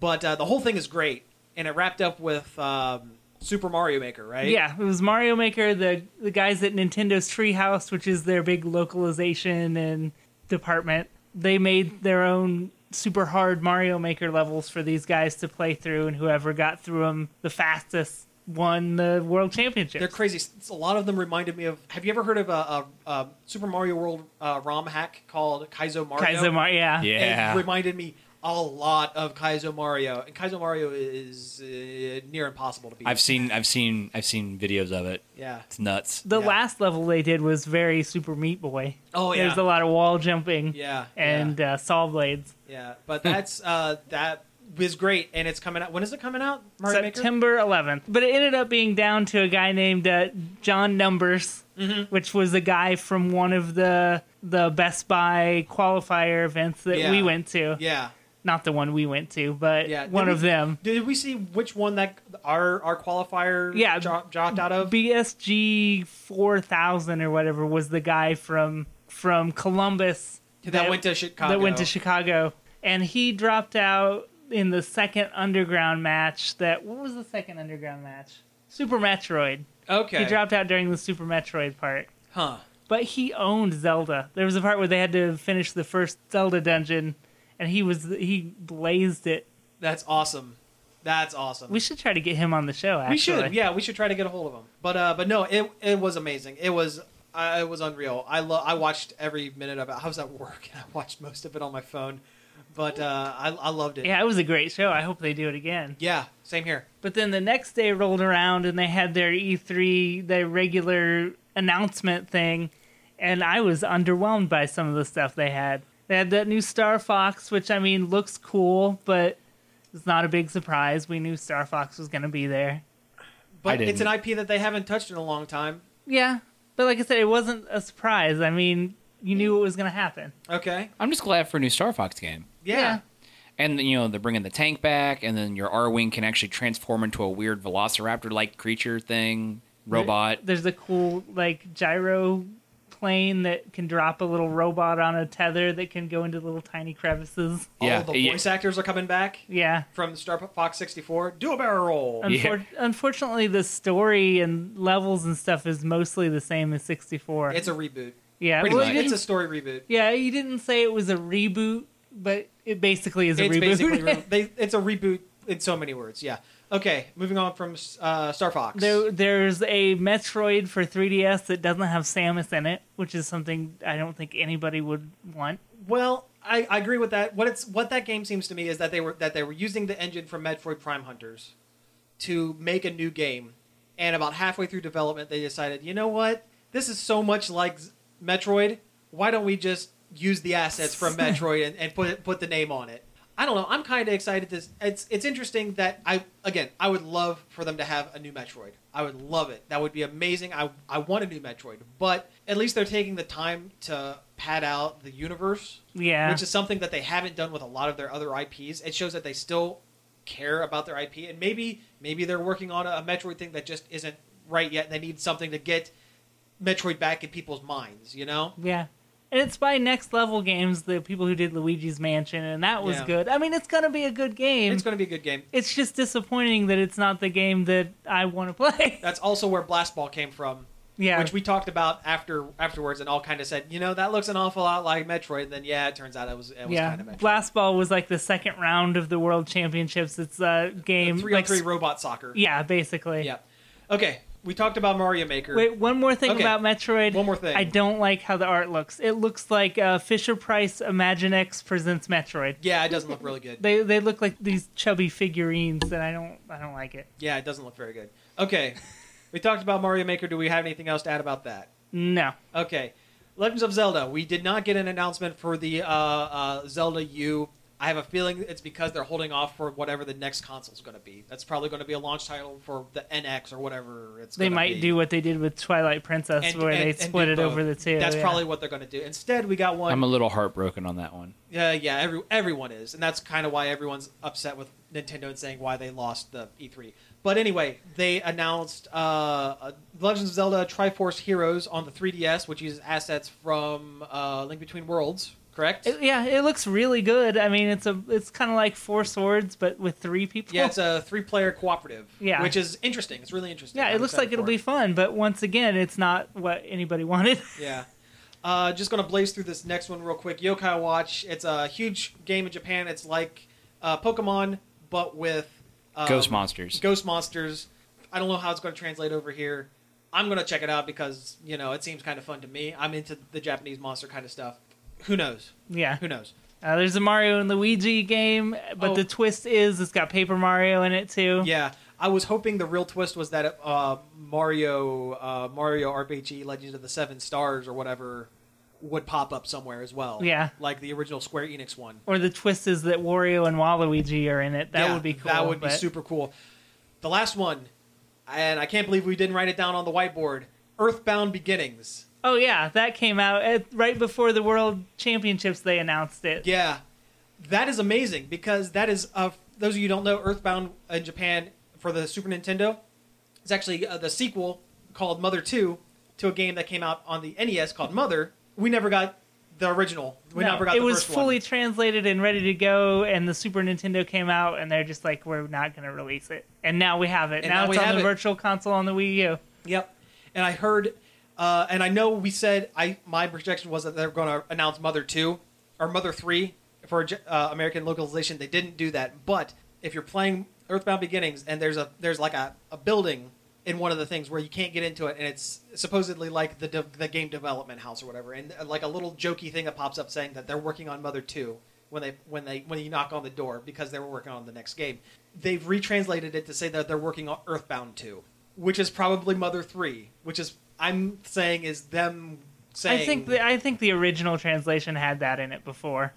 Speaker 2: But uh, the whole thing is great, and it wrapped up with um, Super Mario Maker, right?
Speaker 3: Yeah, it was Mario Maker, the the guys at Nintendo's Treehouse, which is their big localization and department. They made their own super hard Mario Maker levels for these guys to play through, and whoever got through them the fastest won the world championship.
Speaker 2: They're crazy. S- A lot of them reminded me of. Have you ever heard of a, a, a Super Mario World uh, ROM hack called Kaizo Mario?
Speaker 3: Kaizo Mario, yeah.
Speaker 2: It
Speaker 4: Yeah.
Speaker 2: reminded me a lot of Kaizo Mario, and Kaizo Mario is uh, near impossible to beat.
Speaker 4: I've seen I've seen I've seen videos of it.
Speaker 2: yeah.
Speaker 4: It's nuts.
Speaker 3: The
Speaker 2: Yeah.
Speaker 3: last level they did was very Super Meat Boy.
Speaker 2: Oh, yeah.
Speaker 3: There's a lot of wall jumping.
Speaker 2: Yeah,
Speaker 3: And Uh, saw blades.
Speaker 2: Yeah, but that's uh, that was great, and it's coming out. When is it coming out? Mario Maker?
Speaker 3: September 11th. But it ended up being down to a guy named uh, John Numbers,
Speaker 2: Mm-hmm.
Speaker 3: which was a guy from one of the the Best Buy qualifier events that
Speaker 2: Yeah.
Speaker 3: we went to.
Speaker 2: Yeah.
Speaker 3: Not the one we went to, but
Speaker 2: Yeah, did
Speaker 3: one
Speaker 2: we-
Speaker 3: of them.
Speaker 2: Did we see which one that our our qualifier
Speaker 3: Yeah.
Speaker 2: dro- dropped out of?
Speaker 3: BSG 4000 or whatever was the guy from from Columbus
Speaker 2: That went to
Speaker 3: That went
Speaker 2: Chicago.
Speaker 3: to Chicago and he dropped out in the second underground match that what was the second underground match? Super Metroid.
Speaker 2: okay.
Speaker 3: He dropped out during the Super Metroid part.
Speaker 2: Huh.
Speaker 3: But he owned Zelda. There was a part where they had to finish the first Zelda dungeon and he was he blazed it.
Speaker 2: That's awesome. That's awesome.
Speaker 3: We should try to get him on the show actually.
Speaker 2: We should, yeah, we should try to get a hold of him. But uh, but no, it it was amazing. It was I it was unreal. I lo- I watched every minute of it. I was at work and I watched most of it on my phone, but uh, I I loved it.
Speaker 3: Yeah, it was a great show. I hope they do it again.
Speaker 2: Yeah, same here.
Speaker 3: But then the next day rolled around and they had their E3, their regular announcement thing, and I was underwhelmed by some of the stuff they had. They had that new Star Fox, which I mean looks cool, but it's not a big surprise. We knew Star Fox was going to be there.
Speaker 2: But it's an
Speaker 4: didn't.
Speaker 2: IP that they haven't touched in a long time.
Speaker 3: Yeah, but like I said, it wasn't a surprise. I mean, you knew it was going to happen.
Speaker 2: Okay.
Speaker 4: I'm just glad for a new Star Fox game.
Speaker 2: yeah.
Speaker 4: And you know they're bringing the tank back, and then your R wing can actually transform into a weird Velociraptor-like creature thing, robot.
Speaker 3: There's a cool like gyro plane that can drop a little robot on a tether that can go into little tiny crevices.
Speaker 4: yeah,
Speaker 2: All the
Speaker 4: yeah.
Speaker 2: voice actors are coming back
Speaker 3: Yeah.
Speaker 2: from Star Fox 64. Do a barrel roll.
Speaker 3: Unfor- Unfortunately, the story and levels and stuff is mostly the same as 64.
Speaker 2: It's a reboot.
Speaker 3: yeah,
Speaker 4: pretty
Speaker 3: well,
Speaker 4: much.
Speaker 3: he
Speaker 2: It's
Speaker 3: didn't-
Speaker 2: a story reboot.
Speaker 3: yeah, you didn't say it was a reboot, but it basically is a
Speaker 2: It's
Speaker 3: reboot.
Speaker 2: basically re- they, it's a reboot in so many words. Yeah. Okay, moving on from uh, Star Fox.
Speaker 3: there, there's a Metroid for 3DS that doesn't have Samus in it, which is something I don't think anybody would want.
Speaker 2: Well, I, I agree with that. What it's what that game seems to me is that they were that they were using the engine from Metroid Prime Hunters to make a new game, and about halfway through development, they decided, you know what, this is so much like Z- Metroid. Why don't we just use the assets from Metroid and, and put put the name on it? I don't know. I'm kind of excited. This it's it's interesting that I again I would love for them to have a new Metroid. I would love it. That would be amazing. I I want a new Metroid, but at least they're taking the time to pad out the universe
Speaker 3: Yeah.
Speaker 2: which is something that they haven't done with a lot of their other IPs. It shows that they still care about their IP, and maybe maybe they're working on a, a Metroid thing that just isn't right yet. They need something to get Metroid back in people's minds, you know?
Speaker 3: Yeah. And it's by Next Level Games, the people who did Luigi's Mansion, and that was
Speaker 2: Yeah.
Speaker 3: good. I mean, it's going to be a good game.
Speaker 2: It's going to be a good game.
Speaker 3: it's just disappointing that it's not the game that I want to play.
Speaker 2: That's also where Blast Ball came from,
Speaker 3: yeah,
Speaker 2: which we talked about after afterwards, and all kind of said, you know, that looks an awful lot like Metroid. And then yeah, it turns out it was it was
Speaker 3: yeah.
Speaker 2: kind of Metroid.
Speaker 3: Blast Ball was like the second round of the World Championships. It's a game
Speaker 2: three on
Speaker 3: like
Speaker 2: three robot soccer.
Speaker 3: yeah, basically.
Speaker 2: Yeah. Okay, we talked about Mario Maker.
Speaker 3: Wait, one more thing
Speaker 2: Okay.
Speaker 3: about Metroid.
Speaker 2: One more thing.
Speaker 3: I don't like how the art looks. It looks like uh, Fisher Price Imaginex presents Metroid.
Speaker 2: Yeah, it doesn't look really good.
Speaker 3: They they look like these chubby figurines, and I don't I don't like it.
Speaker 2: Yeah, it doesn't look very good. Okay, we talked about Mario Maker. Do we have anything else to add about that?
Speaker 3: No.
Speaker 2: Okay, Legends of Zelda. We did not get an announcement for the uh, uh, Zelda U I have a feeling it's because they're holding off for whatever the next console's going to be. That's probably going to be a launch title for the NX or whatever it's.
Speaker 3: They
Speaker 2: gonna
Speaker 3: might
Speaker 2: be.
Speaker 3: do what they did with Twilight Princess,
Speaker 2: And-
Speaker 3: where
Speaker 2: and-
Speaker 3: they
Speaker 2: and do
Speaker 3: split it
Speaker 2: both.
Speaker 3: over the two.
Speaker 2: That's
Speaker 3: yeah.
Speaker 2: probably what they're going to do. Instead, we got one.
Speaker 4: I'm a little heartbroken on that one.
Speaker 2: Yeah, yeah, every, everyone is, and that's kind of why everyone's upset with Nintendo and saying why they lost the E3. But anyway, they announced uh, uh, Legends of Zelda: Triforce Heroes on the 3DS, which uses assets from uh, Link Between Worlds. Correct?
Speaker 3: It- yeah, it looks really good. I mean, it's a it's kind of like Four Swords, but with three people.
Speaker 2: yeah, it's a three-player cooperative.
Speaker 3: Yeah.
Speaker 2: which is interesting. It's really interesting.
Speaker 3: Yeah,
Speaker 2: I'm
Speaker 3: it looks
Speaker 2: excited
Speaker 3: like it'll
Speaker 2: for
Speaker 3: be
Speaker 2: it.
Speaker 3: fun, but once again, it's not what anybody wanted.
Speaker 2: Yeah. Uh, just gonna blaze through this next one real quick. Yokai Watch. It's a huge game in Japan. It's like uh, Pokemon, but with um,
Speaker 4: Ghost monsters.
Speaker 2: Ghost monsters. I don't know how it's gonna translate over here. I'm gonna check it out because you know it seems kind of fun to me. I'm into the Japanese monster kind of stuff. Who knows?
Speaker 3: yeah.
Speaker 2: Who knows?
Speaker 3: Uh, there's a Mario and Luigi game, but
Speaker 2: Oh.
Speaker 3: the twist is it's got Paper Mario in it too.
Speaker 2: Yeah, I was hoping the real twist was that uh, Mario, uh, Mario RPG, Legends of the Seven Stars, or whatever, would pop up somewhere as well.
Speaker 3: Yeah.
Speaker 2: like the original Square Enix one.
Speaker 3: Or the twist is that Wario and Waluigi are in it. That
Speaker 2: Yeah,
Speaker 3: would be cool.
Speaker 2: That would be
Speaker 3: but-
Speaker 2: super cool. The last one, and I can't believe we didn't write it down on the whiteboard. Earthbound Beginnings.
Speaker 3: Oh yeah, that came out at, right before the World Championships. They announced it.
Speaker 2: Yeah, that is amazing because that is uh, those of you who don't know Earthbound in Japan for the Super Nintendo. It's actually uh, the sequel called Mother Two to a game that came out on the NES called Mother. We never got the original. We
Speaker 3: No,
Speaker 2: never got
Speaker 3: it
Speaker 2: the
Speaker 3: was
Speaker 2: first
Speaker 3: fully
Speaker 2: one.
Speaker 3: translated and ready to go, and the Super Nintendo came out, and they're just like, we're not going to release it. And now we have it.
Speaker 2: And
Speaker 3: now,
Speaker 2: now we
Speaker 3: it's on
Speaker 2: have
Speaker 3: the
Speaker 2: it.
Speaker 3: virtual console on the Wii U.
Speaker 2: Yep. And I heard, uh, and I know we said I my projection was that they're going to announce Mother Two or Mother Three for uh, American localization. They didn't do that, but if you're playing Earthbound Beginnings and there's a there's like a, a building in one of the things where you can't get into it, and it's supposedly like the de- the game development house or whatever, and uh, like a little jokey thing that pops up saying that they're working on Mother Two when they when they when you knock on the door because they were working on the next game. They've retranslated it to say that they're working on Earthbound Two, which is probably Mother Three, which is I'm saying is them saying
Speaker 3: I think the, I think the original translation had that in it before.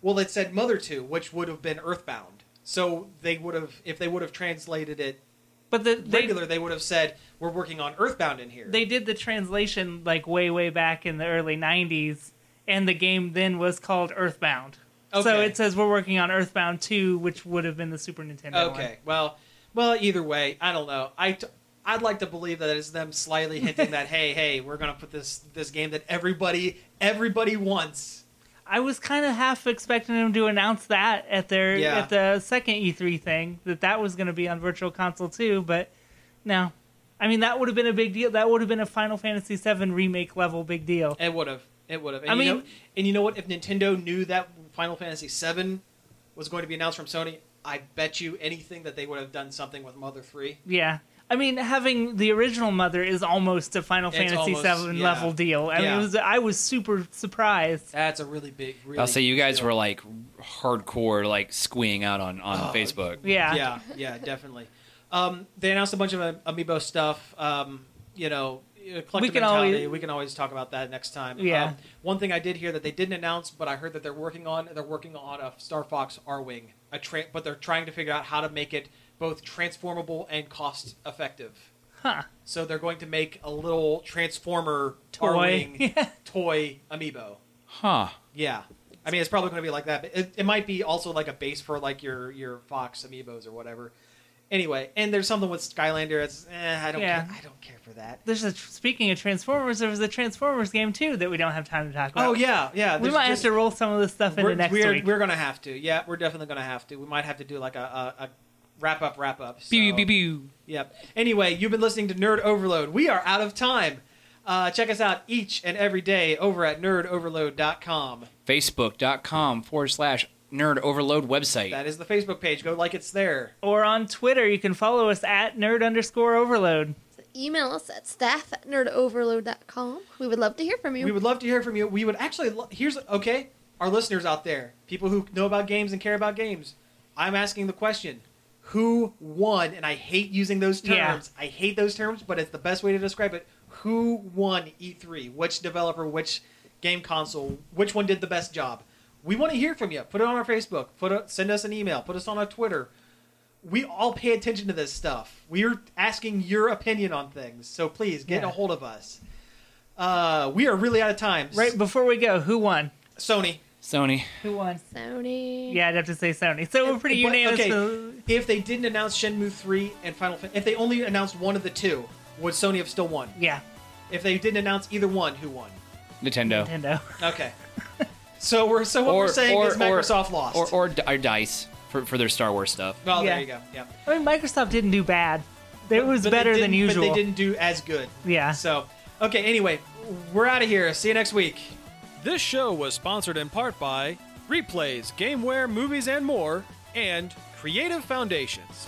Speaker 2: well, it said Mother 2, which would have been Earthbound. So they would have, if they would have translated it
Speaker 3: But the, they
Speaker 2: regular, they would have said, "We're working on Earthbound in here."
Speaker 3: they did the translation like way way back in the early 90s and the game then was called Earthbound. So
Speaker 2: Okay.
Speaker 3: it says we're working on Earthbound 2, which would have been the Super Nintendo one.
Speaker 2: okay. Well, well, either way, I don't know. I. T- I'd like to believe that it's them slyly hinting that hey, hey, we're gonna put this this game that everybody everybody wants.
Speaker 3: I was kind of half expecting them to announce that at their
Speaker 2: Yeah.
Speaker 3: at the second E3 thing that that was going to be on Virtual Console too, but no. I mean that would have been a big deal. That would have been a Final Fantasy VII remake level big deal.
Speaker 2: It would have. It would have. And
Speaker 3: I
Speaker 2: you
Speaker 3: mean-
Speaker 2: know, and you know what? If Nintendo knew that Final Fantasy VII was going to be announced from Sony, I bet you anything that they would have done something with Mother Three.
Speaker 3: Yeah. I mean, having the original mother is almost a Final
Speaker 2: It's
Speaker 3: Fantasy
Speaker 2: almost-
Speaker 3: VII
Speaker 2: yeah.
Speaker 3: level deal. I mean,
Speaker 2: Yeah.
Speaker 3: it was, I was super surprised.
Speaker 2: That's a really big. Really
Speaker 4: I'll say you
Speaker 2: big
Speaker 4: guys
Speaker 2: deal.
Speaker 4: were like hardcore, like squeeing out on on Facebook.
Speaker 3: Yeah.
Speaker 2: Oh, yeah, yeah, definitely. Um, they announced a bunch of uh, amiibo stuff. Um, you know, uh, collective
Speaker 3: We can
Speaker 2: mentality.
Speaker 3: always-
Speaker 2: we can always talk about that next time.
Speaker 3: Yeah.
Speaker 2: Um, one thing I did hear that they didn't announce, but I heard that they're working on. They're working on a Star Fox R wing, a tra- but they're trying to figure out how to make it both transformable and cost effective.
Speaker 3: Huh.
Speaker 2: So they're going to make a little transformer
Speaker 3: Toy.
Speaker 2: R-wing toy amiibo.
Speaker 4: Huh.
Speaker 2: Yeah. I mean, it's probably going to be like that, but it, it might be also like a base for like your your Fox amiibos or whatever. Anyway, and there's something with Skylander. It's eh, I don't
Speaker 3: Yeah.
Speaker 2: care, I don't care for that.
Speaker 3: There's a speaking of Transformers, there was a Transformers game too that we don't have time to talk about.
Speaker 2: Oh yeah, yeah.
Speaker 3: We
Speaker 2: there's
Speaker 3: might
Speaker 2: just-
Speaker 3: have to roll some of this stuff into
Speaker 2: we're,
Speaker 3: next
Speaker 2: we're,
Speaker 3: week.
Speaker 2: We're gonna have to. Yeah, we're definitely gonna have to. We might have to do like a a, a wrap up wrap up. So,
Speaker 4: Pew, pew, pew.
Speaker 2: Yep. Anyway, you've been listening to Nerd Overload. We are out of time. Uh, check us out each and every day over at nerdoverload.com.
Speaker 4: Facebook.com forward slash nerd overload website.
Speaker 2: That is the Facebook page. Go like it's there.
Speaker 3: or on Twitter, you can follow us at nerd underscore overload.
Speaker 5: Email us at staff at nerdoverload.com. We would love to hear from you.
Speaker 2: We would love to hear from you. We would actually lo- here's okay, our listeners out there, people who know about games and care about games. I'm asking the question, who won? And I hate using those terms.
Speaker 3: Yeah.
Speaker 2: I hate those terms, but it's the best way to describe it. E Who won E3? Which developer, which game console, which one did the best job? We want to hear from you. Put it on our Facebook. Put a, send us an email. Put us on our Twitter. We all pay attention to this stuff. We are asking your opinion on things, so please get
Speaker 3: Yeah.
Speaker 2: a hold of us. Uh, we are really out of time.
Speaker 3: Right before we go, who won?
Speaker 2: Sony.
Speaker 4: Sony.
Speaker 3: Who won?
Speaker 5: Sony.
Speaker 3: Yeah, I'd have to say Sony. So we're pretty
Speaker 2: But,
Speaker 3: unanimous.
Speaker 2: okay,
Speaker 3: uh,
Speaker 2: if they didn't announce Shenmue three and Final, Fan- if they only announced one of the two, would Sony have still won?
Speaker 3: Yeah,
Speaker 2: If they didn't announce either one, who won?
Speaker 4: Nintendo.
Speaker 3: Nintendo.
Speaker 2: Okay. So we're so what we're saying is Microsoft lost.
Speaker 4: Or, or, D- or Dice for, for their Star Wars stuff.
Speaker 2: well,
Speaker 3: Yeah.
Speaker 2: there you go. Yeah.
Speaker 3: I mean, Microsoft didn't do bad. It was
Speaker 2: But they
Speaker 3: better than
Speaker 2: didn't-
Speaker 3: usual.
Speaker 2: But they didn't do as good.
Speaker 3: Yeah.
Speaker 2: So, okay. Anyway, we're out of here. See you next week.
Speaker 1: This show was sponsored in part by Replays, Gameware, Movies, and More, and Creative Foundations.